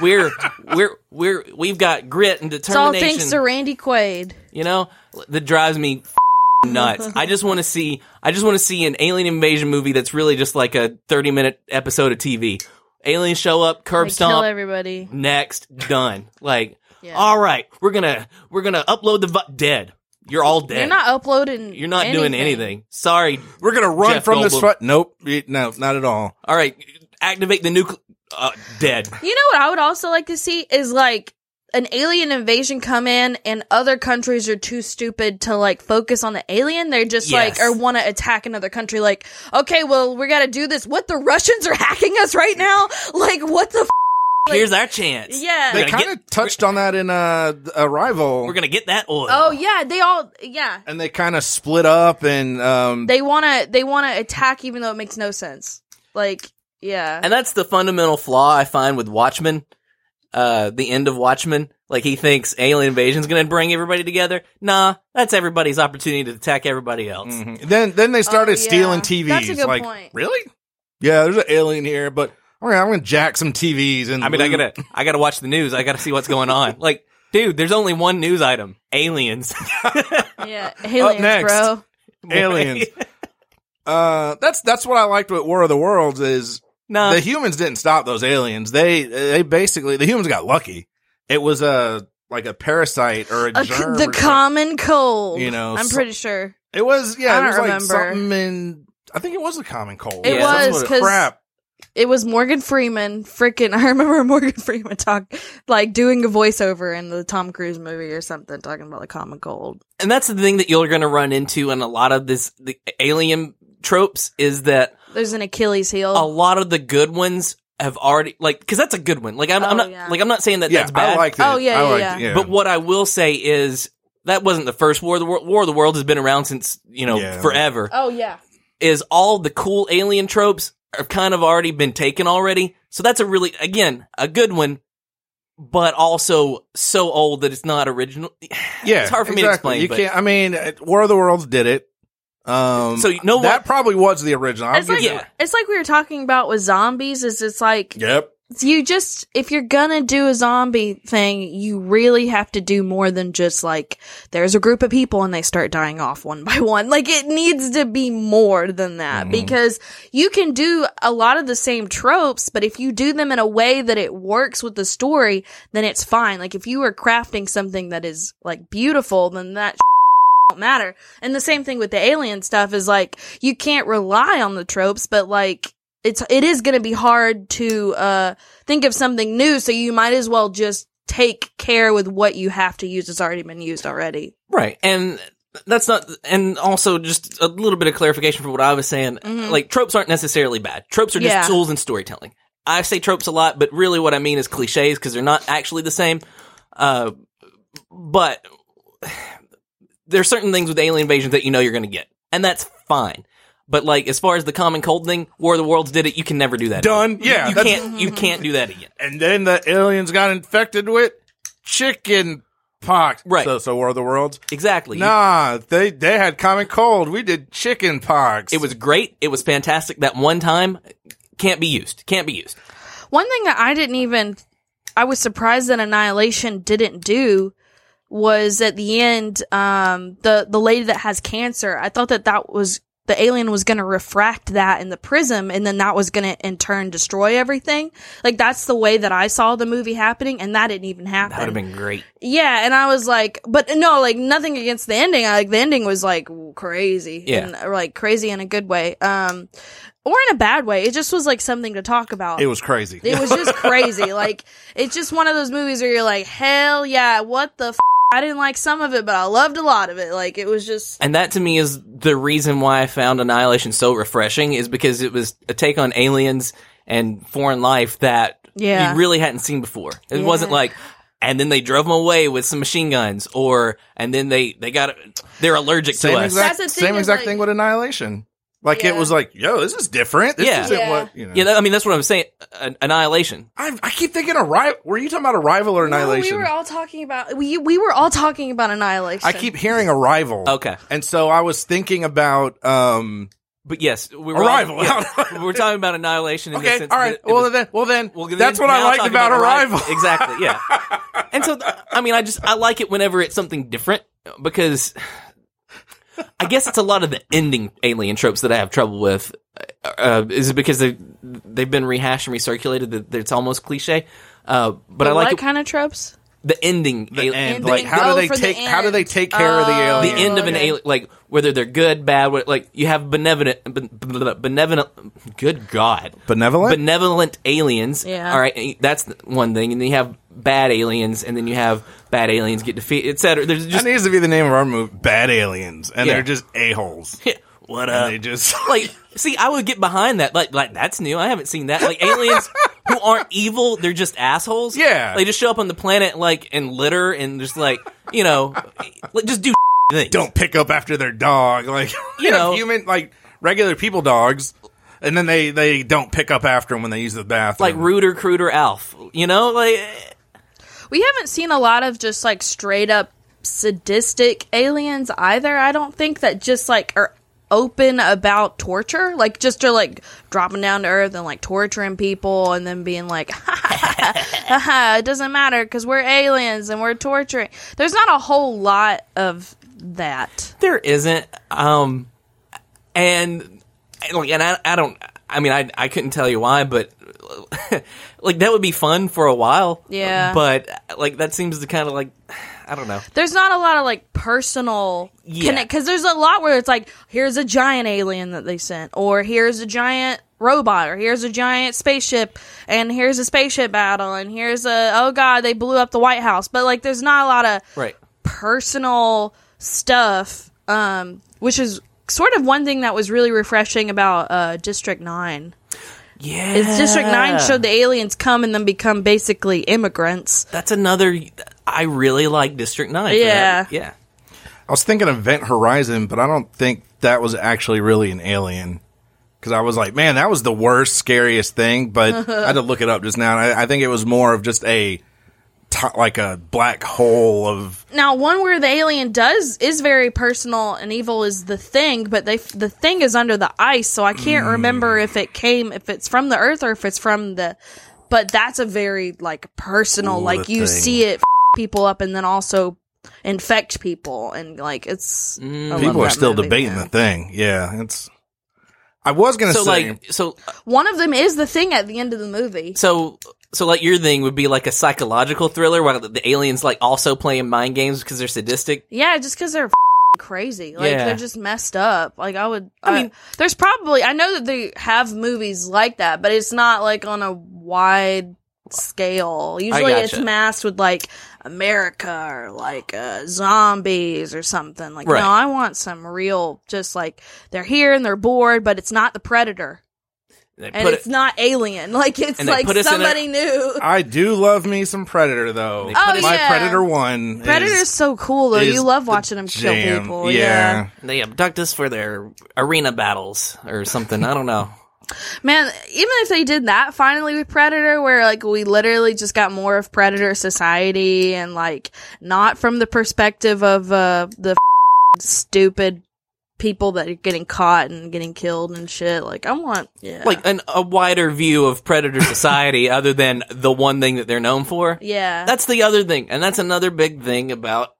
we're we're we're we've got grit and It's all determination thanks to Randy Quaid. you know that drives me f***ing nuts i just want to see i just want to see an alien invasion movie that's really just like a 30 minute episode of tv aliens show up curb They kill stomp everybody. next done like Yeah. all right we're gonna we're gonna upload the vi- dead you're all dead You're not uploading. You're not doing anything sorry We're gonna run Jeff from this. Goldblum. Front. Nope, Eh, no, not at all. all right activate the nuclear uh, dead You know what I would also like to see is like an alien invasion come in and other countries are too stupid to like focus on the alien. They're just Yes. like or want to attack another country like, okay, well, we got to do this. What the Russians are hacking us right now? Like what the f- here's our chance Yeah. we're They gonna, kind get, of touched on that in uh, Arrival, we're gonna get that oil Oh yeah, they all yeah. and they kind of split up, and um, They want to they want to attack even though it makes no sense. Like yeah. And that's the fundamental flaw I find with Watchmen, uh, the end of Watchmen. Like he thinks alien invasion's going to bring everybody together. Nah, that's everybody's opportunity to attack everybody else. mm-hmm. Then then they started Oh, yeah. stealing That's a TVs. good like, point. really? Yeah, there's an alien here, but all right, I'm gonna jack some TVs. And I mean, I loot. gotta, I gotta watch the news. I gotta see what's going on. Mm-hmm. Like, dude, there's only one news item: aliens. Yeah, aliens, next. bro. Aliens. Uh, that's that's what I liked with War of the Worlds is nah, the humans didn't stop those aliens. They they basically the humans got lucky. It was a like a parasite or a, A c- germ. the or something. common cold. You know, I'm so- pretty sure. It was yeah. I it was don't like remember. something in. I think it was a common cold. It Yeah, something was, with 'cause- crap. It was Morgan Freeman. Freaking, I remember Morgan Freeman talk like doing a voiceover in the Tom Cruise movie or something, talking about the common cold. and that's the thing that you're going to run into in a lot of this the alien tropes is that There's an Achilles heel. a lot of the good ones have already like because that's a good one. Like I'm, I'm Oh, not yeah. like I'm not saying that Yeah, that's bad. I liked it. Oh, yeah, I yeah, liked yeah. it, yeah. But what I will say is that wasn't the first war. of The Wor- War of the World has been around since you know Yeah. forever. oh yeah, Is all the cool alien tropes are kind of already been taken already. So that's a really again a good one, but also so old that it's not original. yeah, it's hard for me to exactly. explain, You but- can't. I mean, it- War of the Worlds did it. Um, So you know that what? probably was the original. I'll it's like give you yeah. it's like we were talking about with zombies. Is it's like that. Yep. you just if you're gonna do a zombie thing, you really have to do more than just like there's a group of people and they start dying off one by one. Like it needs to be more than that because you can do a lot of the same tropes, but if you do them in a way that it works with the story, then it's fine. Like if you are crafting something that is like beautiful, then that don't matter. And the same thing with the alien stuff is like you can't rely on the tropes, but like it's it is going to be hard to uh think of something new, so you might as well just take care with what you have to use that's already been used already. Right. And that's not, and also just a little bit of clarification for what I was saying. Mhm. Like, tropes aren't necessarily bad. Tropes are just Yeah. tools in storytelling. I say tropes a lot, but really what I mean is cliches because they're not actually the same. Uh, but there's certain things with alien invasions that you know you're going to get, and that's fine. But like, as far as the common cold thing, War of the Worlds did it. You can never do that. again. Done. Yeah. You that's- can't. You can't do that again. And then the aliens got infected with chicken pox. Right. So, so War of the Worlds. Exactly. You Nah, they they had common cold. We did chicken pox. It was great. It was fantastic. That one time can't be used. Can't be used. One thing that I didn't even I was surprised that Annihilation didn't do was at the end um the the lady that has cancer. I thought that that was the alien was going to refract that in the prism and then that was going to in turn destroy everything. Like that's the way that I saw the movie happening and that didn't even happen. That would have been great. Yeah, and I was like, but no, like nothing against the ending. I, like the ending was like crazy, Yeah. and, or, like crazy in a good way, um, or in a bad way. It just was like something to talk about. It was crazy. It was just crazy. like it's just one of those movies where you're like, hell yeah, what the. F-? I didn't like some of it, but I loved a lot of it. Like it was just And that to me is the reason why I found Annihilation so refreshing is because it was a take on aliens and foreign life that Yeah. you really hadn't seen before. It wasn't Yeah. like and then they drove them away with some machine guns or and then they they got they're allergic same to us. exact That's the thing same is, exact like- thing with Annihilation. Like Yeah. it was like, yo, this is different. This Yeah. isn't Yeah. what you know. yeah, that, I mean that's what I'm saying. An- Annihilation. I, I keep thinking arrival. Were you talking about arrival or annihilation? No, we were all talking about we we were all talking about annihilation. I keep hearing arrival. Okay. And so I was thinking about um But yes, we were all- arrival. yeah, we're talking about Annihilation in the okay. sense All right. that it Well was- then. Well then. Well, that's then what I now liked talking about, Arrival. arrival. Exactly, yeah. and so, th- I mean, I just I like it whenever it's something different because I guess it's a lot of the ending alien tropes that I have trouble with. Uh, Uh, is it because they they've been rehashed and recirculated that that it's almost cliche? Uh, but I like what it, kind of tropes? the ending. the al- end. Ending. Like how Go do they for the take how do end. they take care of the Oh. alien? the end of an okay. alien, like whether they're good, bad, what, like you have benevolent, ben- benevolent, good God, Benevolent? benevolent aliens. Yeah. All right, eh, that's the one thing, and then you have bad aliens, and then you have bad aliens get defeated, etc. There's That just needs to be the name of our movie. Bad aliens, and Yeah. they're just a holes. what And up? they just like, see, I would get behind that. Like, like that's new. I haven't seen that. Like aliens who aren't evil, they're just assholes. Yeah. they just show up on the planet like and litter and just like you know, like just do things. don't pick up after their dog. Like You know. human like regular people dogs, and then they they don't pick up after them when they use the bathroom. like Rooter, Cruder, Alf. You know, like. We haven't seen a lot of just like straight up sadistic aliens either. I don't think that just like are open about torture, like just are like dropping down to earth and like torturing people and then being like, it doesn't matter because we're aliens and we're torturing. There's not a whole lot of that. There isn't. Um, and and, like, and I, I don't. I mean, I, I couldn't tell you why, but like that would be fun for a while. Yeah. But like that seems to kind of like, I don't know. There's not a lot of like personal Yeah. connect because there's a lot where it's like here's a giant alien that they sent, or here's a giant robot, or here's a giant spaceship, and here's a spaceship battle, and here's a oh god they blew up the White House. But like there's not a lot of Right. personal stuff, um, which is sort of one thing that was really refreshing about uh, District Nine. Yeah. Is District Nine showed the aliens come and then become basically immigrants. That's another. I really like District Nine. for that. Yeah. Yeah. I was thinking Event Horizon, but I don't think that was actually really an alien. Because I was like, man, that was the worst, scariest thing. But I had to look it up just now. And I, I think it was more of just a, to- like a black hole of. now one where the alien does is very personal and evil is the thing but they the thing is under the ice so i can't Mm. remember if it came if it's from the earth or if it's from the but that's a very like personal Ooh, like the you thing. see it f- people up and then also infect people and like it's I love Mm. People are that still movie, debating yeah. the thing. Yeah, it's. I was gonna So say like so one of them is the thing at the end of the movie so so like your thing would be like a psychological thriller where the aliens like also playing mind games because they're sadistic. Yeah, just because they're f- crazy. Like Yeah. they're just messed up. Like I would. I I, mean- mean, there's probably I know that they have movies like that, but it's not like on a wide scale. Usually, it's gotcha. masked with like America or like uh, zombies or something. Like Right. no, I want some real. Just like they're here and they're bored, but it's not the predator They and put it's it- not alien. Like it's And they like put us in a- somebody new. I do love me some Predator though. Oh, My yeah. Predator One. Predator's is, so cool though. is You love the watching them kill jam. people. yeah. they abduct us for their arena battles or something. I don't know. Man, even if they did that finally with Predator, where like we literally just got more of Predator society and like not from the perspective of uh, the stupid people that are getting caught and getting killed and shit. Like, I want, yeah. Like an, a wider view of predator society other than the one thing that they're known for. yeah. That's the other thing, and that's another big thing about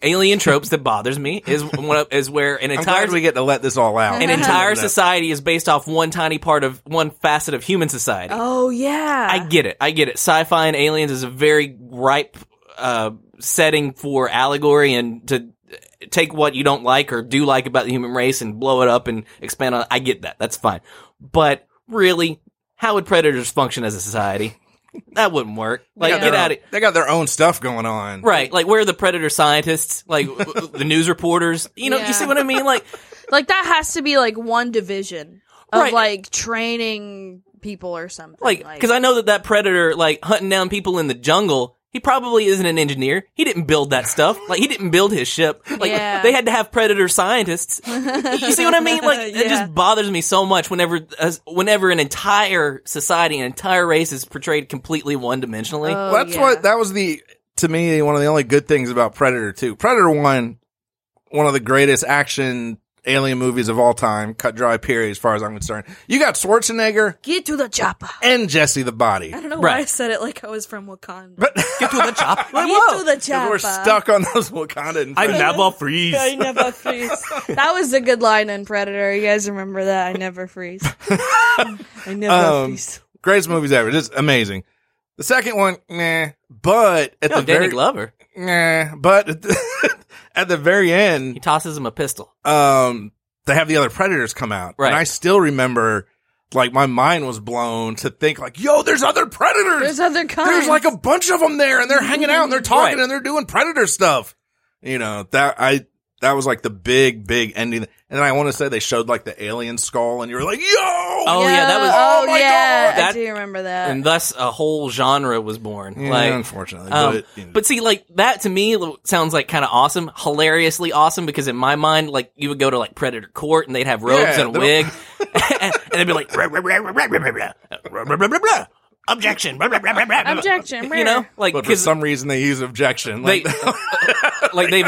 alien tropes that bothers me is one of, is where an I'm entire glad we get to let this all out. an entire society is based off one tiny part of one facet of human society. oh, yeah. I get it. I get it. Sci-fi and aliens is a very ripe uh, setting for allegory and to take what you don't like or do like about the human race and blow it up and expand on. it. I get that. That's fine. But really, how would predators function as a society? That wouldn't work. Like, got get their out of They got their own stuff going on. Right, like where are the predator scientists, like w- w- the news reporters. You know, Yeah. you see what I mean? Like, like, that has to be like one division of Right. like training people or something. like because I know that that predator, like hunting down people in the jungle, he probably isn't an engineer. He didn't build that stuff. Like he didn't build his ship. Like Yeah. they had to have predator scientists. you see what I mean? Like it Yeah. just bothers me so much whenever, as, whenever an entire society, an entire race is portrayed completely one dimensionally. Oh, Well, that's yeah. what that was the to me one of the only good things about Predator 2. Predator 1 one of the greatest action alien movies of all time, cut dry period as far as I'm concerned. You got Schwarzenegger Get to the chopper. and Jesse the Body. I don't know why I Right. said it like I was from Wakanda. But Get to the chop. Like, Get whoa. to the 'cause we're chopper. stuck on those Wakanda and Predator. freeze. I never freeze. that was a good line in Predator. You guys remember that? I never freeze. I never Um, freeze. greatest movies ever. Just amazing. The second one, nah, but at No, the Danny very Glover. nah, but at the, at the very end, He tosses him a pistol. um, they have the other predators come out. Right. And I still remember, like, my mind was blown to think, like, yo, there's other predators. There's other kinds. There's, like a bunch of them there, and they're hanging out and they're talking Right. and they're doing predator stuff. You know that I that was like the big big ending. And then I want to say they showed like the alien skull, and you were like, yo, Oh, yeah, that was- Oh, Oh, my yeah, God. I do remember that. and thus a whole genre was born. Yeah, like, unfortunately, um, but, you know. but see, like that to me l- sounds like kind of awesome, hilariously awesome. Because in my mind, like you would go to like Predator Court and they'd have robes Yeah, and a they're- wig, and, they'd be like, "Rah, rah, rah, rah, rah, rah, rah, rah, rah, rah, rah, rah, rah, objection. Blah, blah, blah, blah, blah, blah. Objection. You know, like But for 'cause some reason, they use objection. they Like, like they've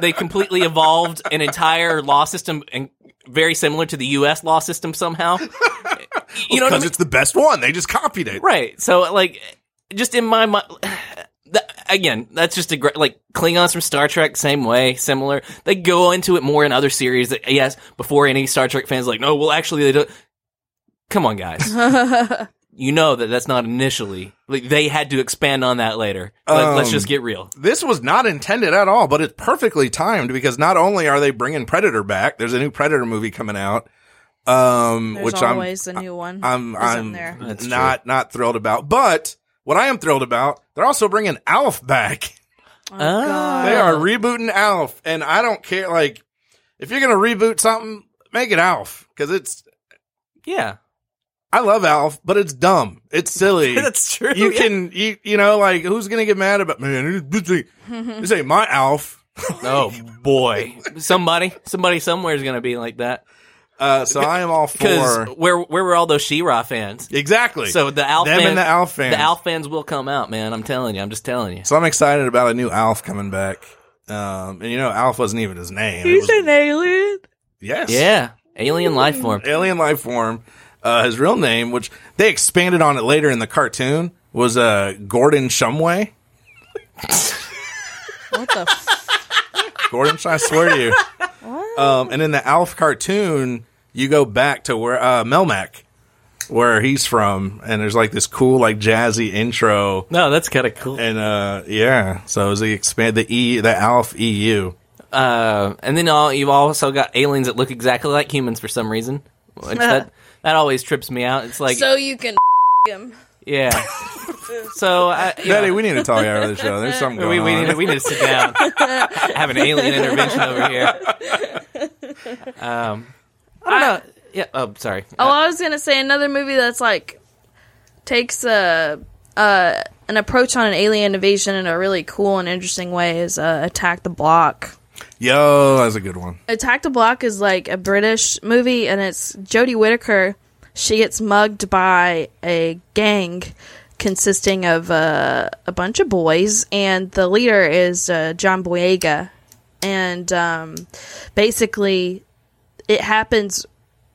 they completely evolved an entire law system and very similar to the U.S. law system somehow. You know what I because mean? it's the best one. They just copied it. Right. So like, just in my mind. That, again, that's just a great, like, Klingons from Star Trek, same way, similar. They go into it more in other series that, yes, before any Star Trek fans, like, no, well, actually, they don't. Come on, guys. you know that that's not initially. Like, they had to expand on that later. Let, let's Um, just get real. This was not intended at all, but it's perfectly timed because not only are they bringing Predator back, there's a new Predator movie coming out, um, There's which I'm always a new one. I'm Is in I'm there. That's true. not not thrilled about. But what I am thrilled about, they're also bringing Alf back. oh, Ah. God. They are rebooting Alf, and I don't care. Like, if you're gonna reboot something, make it Alf because it's. Yeah. I love Alf, but it's dumb. It's silly. That's true. you yeah. can you you know like who's gonna get mad about man? This ain't, this ain't my Alf. Oh, boy. somebody, somebody somewhere is going to be like that. Uh, so I am all Because for where, where were all those She Ra fans? exactly. So the Alf Them fans, and the Alf fans. the Alf fans will come out, man. I'm telling you. I'm just telling you. so I'm excited about a new Alf coming back. Um, and you know Alf wasn't even his name. It He's was- an alien. yes, Yeah, alien life form. alien life form. Uh, his real name, which they expanded on it later in the cartoon, was uh, Gordon Shumway. What the? F- Gordon, I swear to you. Um, and in the Alf cartoon, you go back to where uh, Melmac, where he's from, and there's like this cool, like jazzy intro, No, that's kind of cool. and uh, yeah. So as they expand the E, the Alf EU, Uh, and then all, you've also got aliens that look exactly like humans for some reason. Which that that always trips me out. It's like, so you can him. yeah. so I, you Daddy, know, we need to talk after the show. There's something going we, we, on. need, we need to sit down, have an alien intervention over here. Um, I don't know. Yeah. Oh, sorry. Oh, I was gonna say another movie that's like takes a uh, an approach on an alien invasion in a really cool and interesting way is uh, Attack the Block. Yo, that's a good one. Attack the Block is like a British movie, and it's Jodie Whittaker. She gets mugged by a gang consisting of uh, a bunch of boys, and the leader is uh, John Boyega. And um, basically, it happens.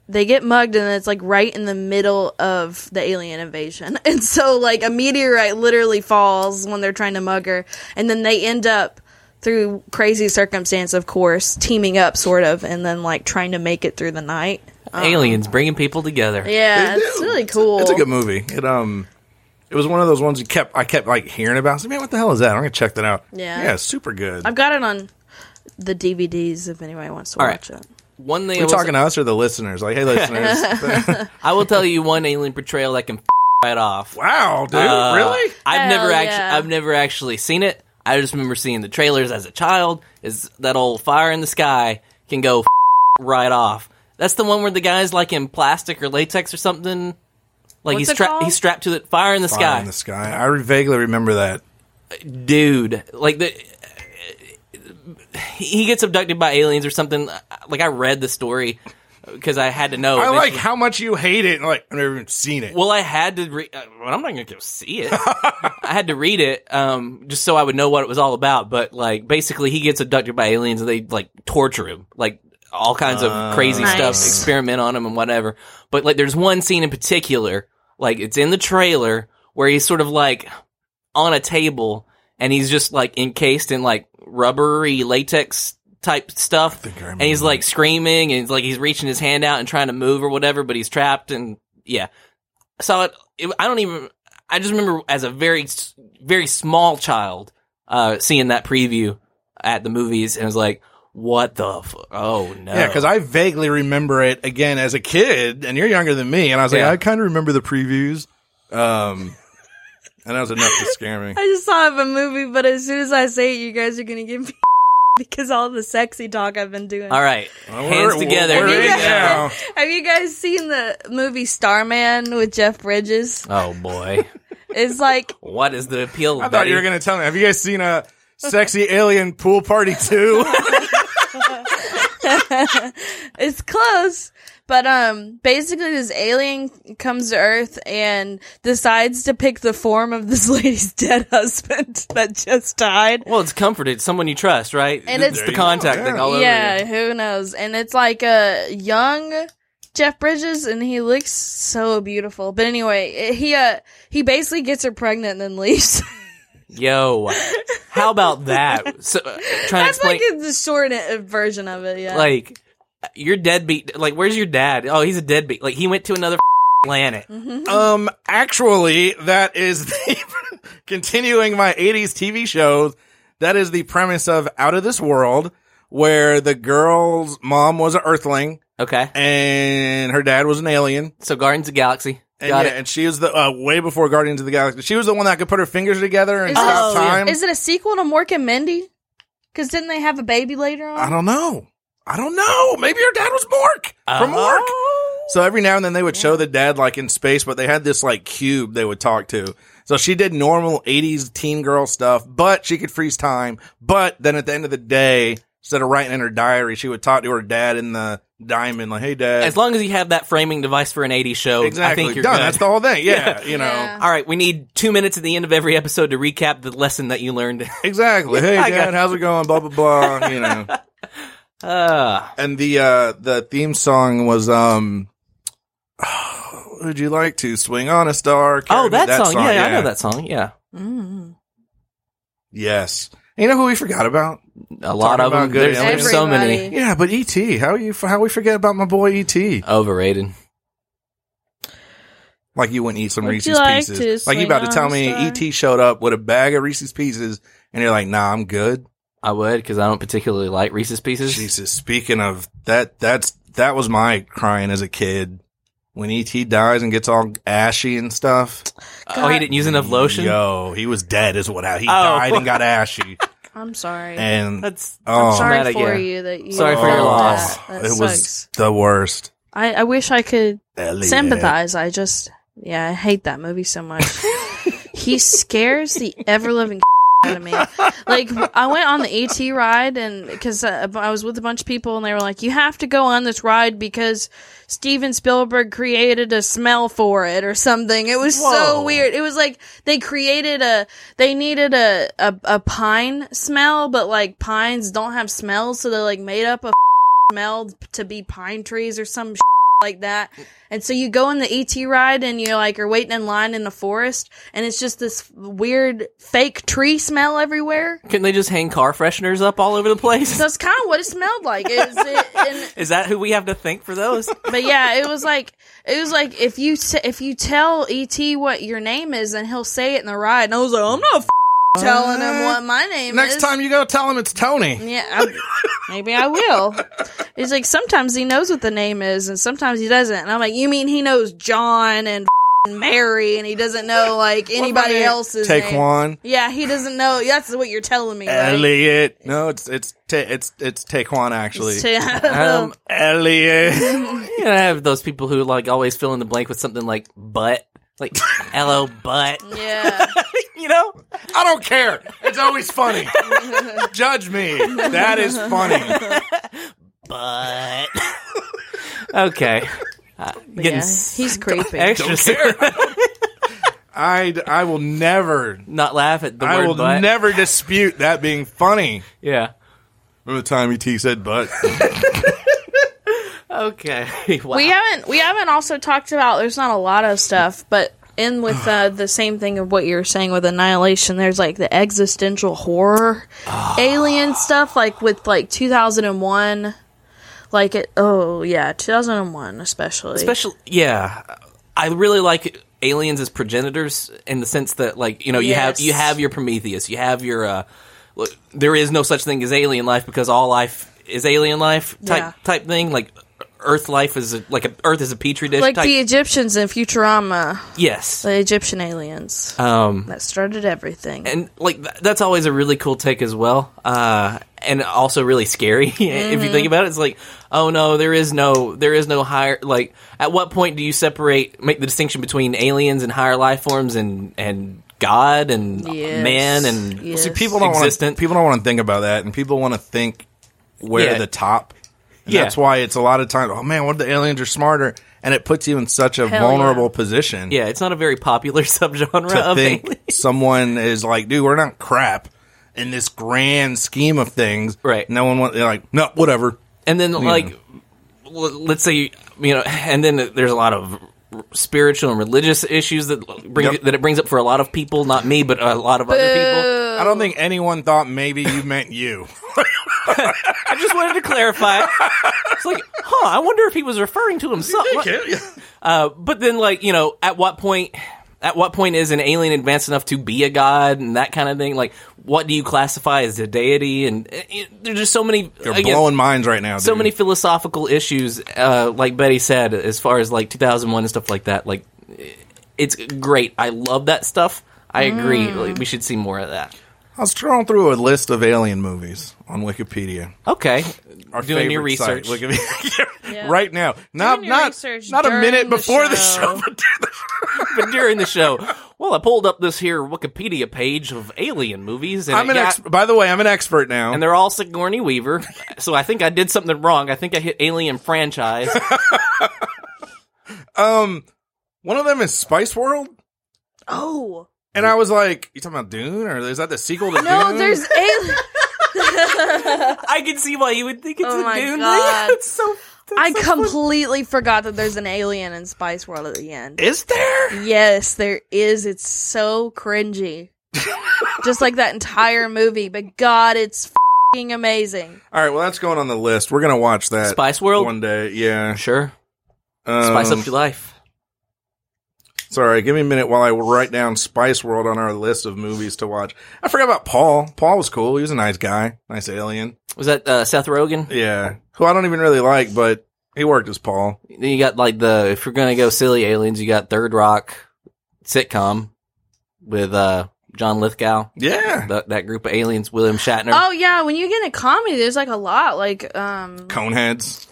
They get mugged, and it's like right in the middle of the alien invasion. And so, like, a meteorite literally falls when they're trying to mug her, and then they end up through crazy circumstance, of course, teaming up sort of, and then like trying to make it through the night. aliens bringing people together. Yeah, it's really cool. It's a good movie. It um, it was one of those ones you kept. I kept like hearing about. I was like, man, what the hell is that? I'm gonna check that out. Yeah. yeah, it's super good. I've got it on the DVDs if anybody wants to All watch right. it. One thing I Are you will talking to us or the listeners? Like, hey, listeners. I will tell you one alien portrayal that can f- right off. wow, dude, Uh, really? I've Hell never actually yeah. I've never actually seen it. I just remember seeing the trailers as a child. Is that old fire in the sky can go f- right off? That's the one where the guy's like in plastic or latex or something. Like What's he's it strapped called? he's strapped to the fire in the Fire sky, in the sky. I re- vaguely remember that. dude. Like the. He gets abducted by aliens or something. Like I read the story because I had to know. I eventually. like how much you hate it. and, Like, I've never even seen it. Well, I had to read. Well, I'm not going to go see it. I had to read it um, just so I would know what it was all about. But like, basically, he gets abducted by aliens and they like torture him, like all kinds of crazy Nice. stuff, experiment on him and whatever. But like, there's one scene in particular, like it's in the trailer where he's sort of like on a table and he's just like encased in like rubbery latex type stuff think I and he's remember like screaming and it's like he's reaching his hand out and trying to move or whatever but he's trapped and yeah saw it, it i don't even i just remember as a very s- very small child uh seeing that preview at the movies and was like what the f- oh no yeah, because I vaguely remember it again as a kid, and you're younger than me. And I was like, Yeah. I kind of remember the previews. Um, and that was enough to scare me. I just thought of a movie, but as soon as I say it, you guys are gonna give me because all the sexy talk I've been doing. all right hands We're- together we're Here we in go. now. Have you guys seen the movie Starman with Jeff Bridges? oh boy It's like what is the appeal I thought you were gonna tell me. Have you guys seen a sexy alien pool party too? it's close, But um, basically, this alien comes to Earth and decides to pick the form of this lady's dead husband that just died. Well, it's comforted. It's someone you trust, right? And it's- Oh, the contact There you go, thing yeah. all over. yeah, again. who knows? And it's like a young Jeff Bridges, and he looks so beautiful. But anyway, it- he uh he basically gets her pregnant and then leaves. Yo, how about that? So, uh, trying to That's explain, like a, the short uh, version of it. Yeah. like, your deadbeat. Like, where's your dad? Oh, he's a deadbeat. Like, he went to another planet. Mm-hmm. Um, actually, that is the continuing my 80s TV shows. That is the premise of Out of This World, where the girl's mom was an earthling Okay, and her dad was an alien. so Gardens of the Galaxy. And, Got yeah, it. and she was the uh, way before Guardians of the Galaxy. She was the one that could put her fingers together and Is stop this- Oh, yeah. time. Is it a sequel to Mork and Mindy? Because didn't they have a baby later on? I don't know. I don't know. Maybe her dad was Mork from Mork. Oh. So every now and then they would show the dad like in space, but they had this like cube they would talk to. So she did normal 80s teen girl stuff, but she could freeze time. But then at the end of the day, instead of writing in her diary, she would talk to her dad in the diamond, like, hey, dad. As long as you have that framing device for an 80s show, exactly. I think you're done. good. That's the whole thing. Yeah. You know, Yeah. All right, we need two minutes at the end of every episode to recap the lesson that you learned. exactly. Hey, I dad, got- how's it going? Blah, blah, blah. you know. Uh, and the uh the theme song was um would you like to swing on a star oh, Carried that, song. Yeah, I know that song. Yeah, Mm. yes you know who we forgot about a lot Talking of them. about good There's, there's so many Everybody. yeah but et how you how we forget about my boy E et overrated. like you wouldn't eat some Would you reese's like to pieces like you swing about to on tell a me star? et showed up with a bag of reese's pieces and you're like nah i'm good I would because I don't particularly like Reese's Pieces. jesus speaking of that that's that was my crying as a kid when et dies and gets all ashy and stuff Oh, he didn't use enough lotion. Oh. Yo, he was dead, is what happened. He died and got ashy. I'm sorry. And That's oh, I'm mad sorry at for you. you that you. Sorry for your felt loss. That, that it sucks. was the worst. I, I wish I could Elliot. sympathize. I just, yeah, I hate that movie so much. he scares the ever living out of me. Like I went on the ET ride, and because uh, I was with a bunch of people, and they were like, "You have to go on this ride because Steven Spielberg created a smell for it or something." It was Whoa. so weird. It was like they created a they needed a a, a pine smell, but like pines don't have smells, so they like made up a smell to be pine trees or some like that. And so you go on the ET ride and you're like, you're waiting in line in the forest and it's just this weird fake tree smell everywhere. Couldn't they just hang car fresheners up all over the place? So it's kind of what it smelled like. It was, it, and, Is that who we have to thank for those? but yeah, it was like, it was like if you, t- if you tell ET what your name is and he'll say it in the ride. And I was like, I'm not f- telling him what my name Next is. time you go, tell him it's Tony. Yeah, I- maybe I will. He's like, sometimes he knows what the name is, and sometimes he doesn't. And I'm like, you mean he knows John and Mary, and he doesn't know like anybody else's Take name? one. Yeah, he doesn't know. That's what you're telling me. Right? Elliot. No, it's it's ta- it's it's Taekwon actually. Oh. Um, Elliot. you know, I have those people who like always fill in the blank with something like butt, like "hello butt." yeah, you know, I don't care. It's always funny. Judge me. That is funny. butt. okay, uh, getting yeah, s- he's creepy. extra I I will never. not laugh at the I word will butt. never dispute that being funny. yeah. Remember the time ET said butt? Okay. Wow. We haven't we haven't also talked about there's not a lot of stuff, but in with uh, the same thing of what you're saying with annihilation, there's like the existential horror alien stuff like with like 2001 like it oh yeah, 2001 especially. Especially, yeah, I really like aliens as progenitors in the sense that, like, you know, you have Yes. you have your Prometheus, you have your. uh look, There is no such thing as alien life because all life is alien life type Yeah. type thing. Like Earth life is a, like a, Earth is a petri dish. like type. the Egyptians in Futurama, yes, the Egyptian aliens um, that started everything. and like th- that's always a really cool take as well, uh, and also really scary if Mm-hmm. you think about it. It's like, oh no, there is no there is no higher. Like, at what point do you separate, make the distinction between aliens and higher life forms and and God and Yes. man and Yes. See, people don't want Existent. people don't want to think about that, and people want to think where Yeah. the top And Yeah. That's why it's a lot of times, oh man, what if the aliens are smarter? And it puts you in such a Hell yeah. vulnerable position Yeah, it's not a very popular subgenre to of think alien- someone is like, dude, we're not crap in this grand scheme of things. Right. No one wants, they're like, no, whatever. And then like l- let's say you you know, and then there's a lot of r- spiritual and religious issues that bring Yep. that it brings up for a lot of people, not me, but a lot of other people. I don't think anyone thought maybe you meant you. I just wanted to clarify. It's like, huh? I wonder if he was referring to himself. Uh, but then, like you know, at what point? At what point is an alien advanced enough to be a god and that kind of thing? Like, what do you classify as a deity? And uh, it, there's just so many. You're again, blowing minds right now. so dude. many philosophical issues, uh, like Betty said, as far as like 2001 and stuff like that. Like, it's great. I love that stuff. I agree. Like, we should see more of that. I was scrolling through a list of alien movies on Wikipedia. Okay, Our doing your favorite research. site, Wikipedia. Right now, not your not research not a during minute the before the show. show. but during the- but during the show, well, I pulled up this here Wikipedia page of alien movies, and I'm it an ex- got- By the way, I'm an expert now. and they're all Sigourney Weaver. so I think I did something wrong. I think I hit Alien franchise. One of them is Spice World, Oh and I was like, "You talking about Dune, or is that the sequel to Dune?" no, there's alien. I can see why you would think it's Oh a my Dune. God. it's so. I completely forgot that there's an alien in Spice World at the end. is there? Yes, there is. It's so cringy, just like that entire movie. But God, it's fing amazing. All right, well, that's going on the list. We're gonna watch that Spice World? one day. Yeah, Sure, um, spice up your life. Sorry, give me a minute while I write down Spice World on our list of movies to watch. I forgot about Paul. Paul was cool. He was a nice guy, nice alien. Was that uh, Seth Rogen? Yeah, who I don't even really like, but he worked as Paul. Then you got like the if you're gonna go silly aliens, you got Third Rock sitcom with uh, John Lithgow, Yeah, that that group of aliens, William Shatner, Oh yeah, when you get into comedy, there's like a lot. Like um, Coneheads.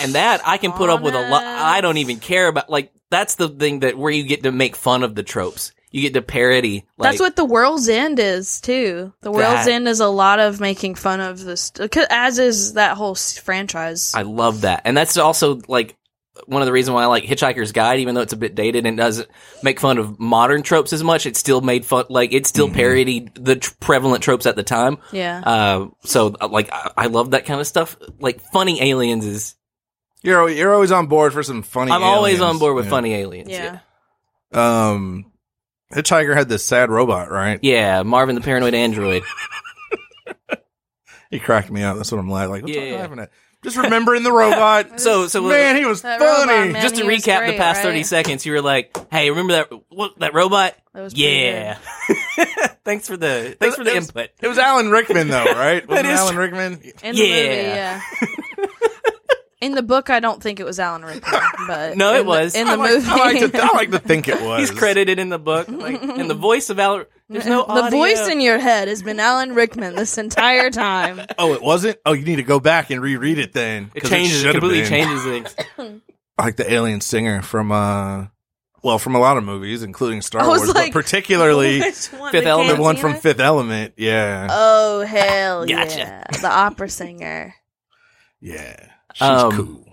and that I can put up with a lot. Honest. I don't even care about like that's the thing that where you get to make fun of the tropes. You get to parody. Like, That's what the world's end is too. The world's That- end is a lot of making fun of this, 'cause- as is that whole s- franchise. I love that, and that's also like one of the reasons why I like Hitchhiker's Guide, even though it's a bit dated and doesn't make fun of modern tropes as much. It still made fun, like Mm-hmm. it still parodied the tr- prevalent tropes at the time. yeah, Uh, so uh, like I, I love that kind of stuff. Like funny aliens is You're al- you're always on board for some funny. I'm always aliens. on board with Yeah. funny aliens. yeah. Um, Hitchhiker had this sad robot, right? yeah, Yeah, Marvin the paranoid android. He cracked me up. That's what I'm like. Like, what's Yeah. laughing at? Just remembering the robot. So so man, he was That funny. robot, man. just to he was recap the great, past thirty right? seconds, you were like, "Hey, remember that what, that robot? That was pretty yeah." thanks for the It was- thanks for the it was- input. It was Alan Rickman, though, right? Wasn't it is- Alan Rickman. In the movie, Yeah. yeah. in the book, I don't think it was Alan Rickman, but No, it in the- was. in the I like, movie. I like to th- I like to think it was. He's credited in the book, like in the voice of Al. There's no the audio. voice in your head has been Alan Rickman this entire time. Oh, it wasn't. Oh, you need to go back and reread it then. It 'cause changes should've completely been. changes things. Like the alien singer from uh, well, from a lot of movies, including Star I was Wars, like, but particularly Fifth the Element? one from Fifth Element. Yeah, Oh hell Gotcha. yeah! The opera singer. yeah, she's Um, cool.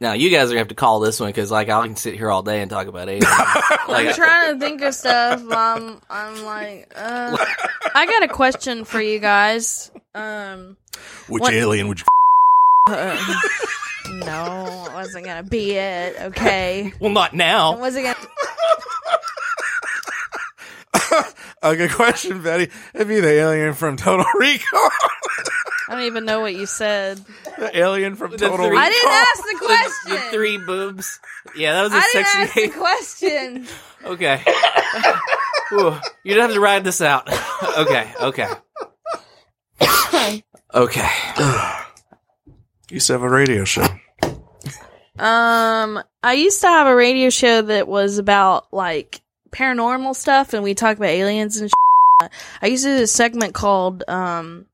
Now you guys are gonna have to call this one because like I can sit here all day and talk about aliens. I'm Like, uh, trying to think of stuff. Mom, I'm like, uh, I got a question for you guys. Um, Which what- alien would you? uh, no, it wasn't gonna be it. Okay, well, not it now. wasn't gonna. A good question, Betty. It'd be the alien from Total Recall. I don't even know what you said. the alien from Total three- Recall. I didn't ask the The question. three boobs. Yeah, that was a I didn't ask sexy the name. question. Okay. Ooh, you don't have to ride this out. okay. Okay. okay. Used to have a radio show. Um, I used to have a radio show that was about like paranormal stuff, and we talked about aliens and. shit. I used to do a segment called um,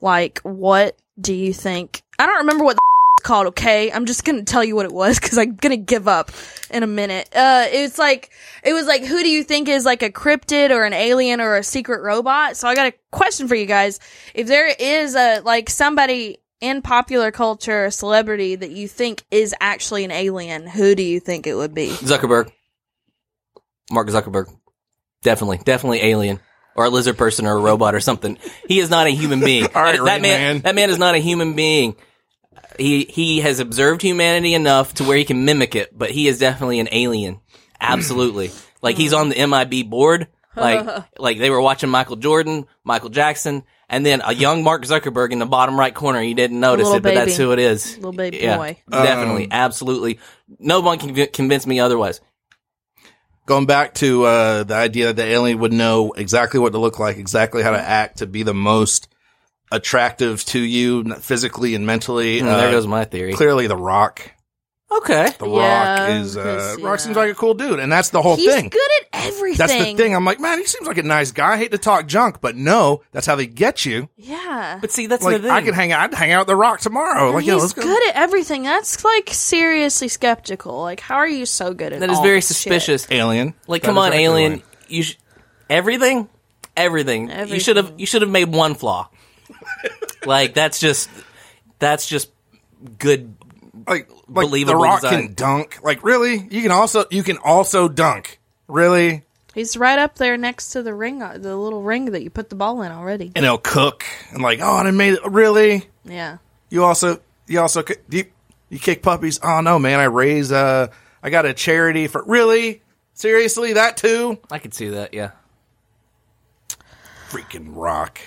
like what do you think? I don't remember what the it's called. Okay, I'm just gonna tell you what it was because I'm gonna give up in a minute. Uh, it's like it was like who do you think is like a cryptid or an alien or a secret robot? So I got a question for you guys. If there is a like somebody in popular culture celebrity that you think is actually an alien, who do you think it would be? Zuckerberg. Mark Zuckerberg. Definitely, definitely alien. Or a lizard person or a robot or something. He is not a human being. All right, that Rain Man. That man is not a human being. He he has observed humanity enough to where he can mimic it, but he is definitely an alien. Absolutely. like he's on the MIB board. Like like they were watching Michael Jordan, Michael Jackson, and then a young Mark Zuckerberg in the bottom right corner. You didn't notice Little it, but that's baby. who it is. Little baby boy. Definitely, Um, absolutely. No one can conv- convince me otherwise. Going back to uh, the idea that the alien would know exactly what to look like, exactly how to act to be the most attractive to you n- physically and mentally. And uh, Mm, there goes my theory. clearly the Rock. Okay. The Yeah, Rock is I uh, see Rock that. seems like a cool dude, and that's the whole He's thing. good at everything. That's the thing. I'm like, man, he seems like a nice guy. I hate to talk junk, but no, that's how they get you. Yeah. But see, that's Like, the thing. I could hang out. I'd hang out with The Rock tomorrow. Like, he's yeah, let's go. good at everything. That's like seriously skeptical. Like, how are you so good at that is all very this shit? suspicious. Alien. Like, That come is on, exactly alien. right. You sh- everything, everything. You should have. You should have made one flaw. like that's just. That's just good. Like, like The Believable Rock design. can dunk. Like, really? You can also you can also dunk. Really? He's right up there next to the ring, uh, the little ring that you put the ball in already. And he'll cook. And like, oh, I made it. Really? Yeah. You also you also ki- do you, you kick puppies. Oh no, man! I raise uh I got a charity for really seriously that too. I could see that. Yeah. Freaking Rock.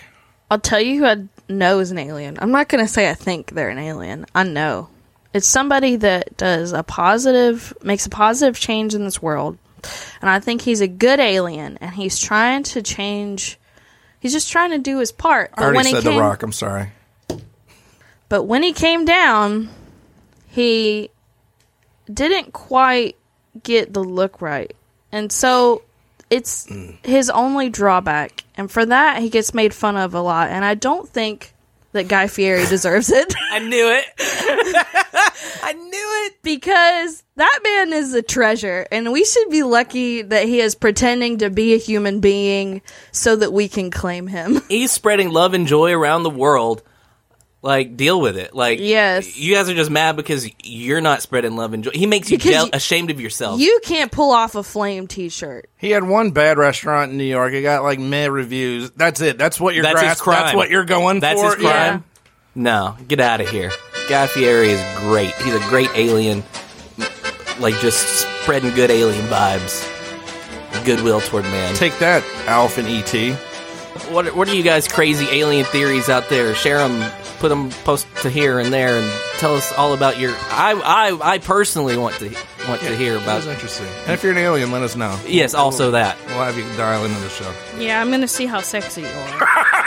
I'll tell you who I know is an alien. I'm not going to say I think they're an alien. I know. It's somebody that does a positive, makes a positive change in this world. And I think he's a good alien and he's trying to change. He's just trying to do his part. I But when already he said came, the Rock. I'm sorry. But when he came down, he didn't quite get the look right. And so it's his only drawback. And for that, he gets made fun of a lot. And I don't think that Guy Fieri deserves it I knew it. I knew it. because that man is a treasure. And we should be lucky that he is pretending to be a human being so that we can claim him. he's spreading love and joy around the world. Like, deal with it. Like, Yes. you guys are just mad because you're not spreading love and joy. He makes you Because jeal- you- ashamed of yourself. you can't pull off a flame t shirt. He had one bad restaurant in New York. It got like meh reviews. That's it. That's what you're. That's his crime. That's what you're going That's for. his crime. Yeah. no, get out of here. Guy Fieri is great. He's a great alien. Like, just spreading good alien vibes, goodwill toward man. Take that, Alf and E ET. What What are you guys crazy alien theories out there? Share them, put them post to here and there, and tell us all about your. I I, I personally want to want to hear That about. was interesting. And if you're an alien, let us know. Yes, also that. We'll have you dial into the show. Yeah, I'm going to see how sexy you are.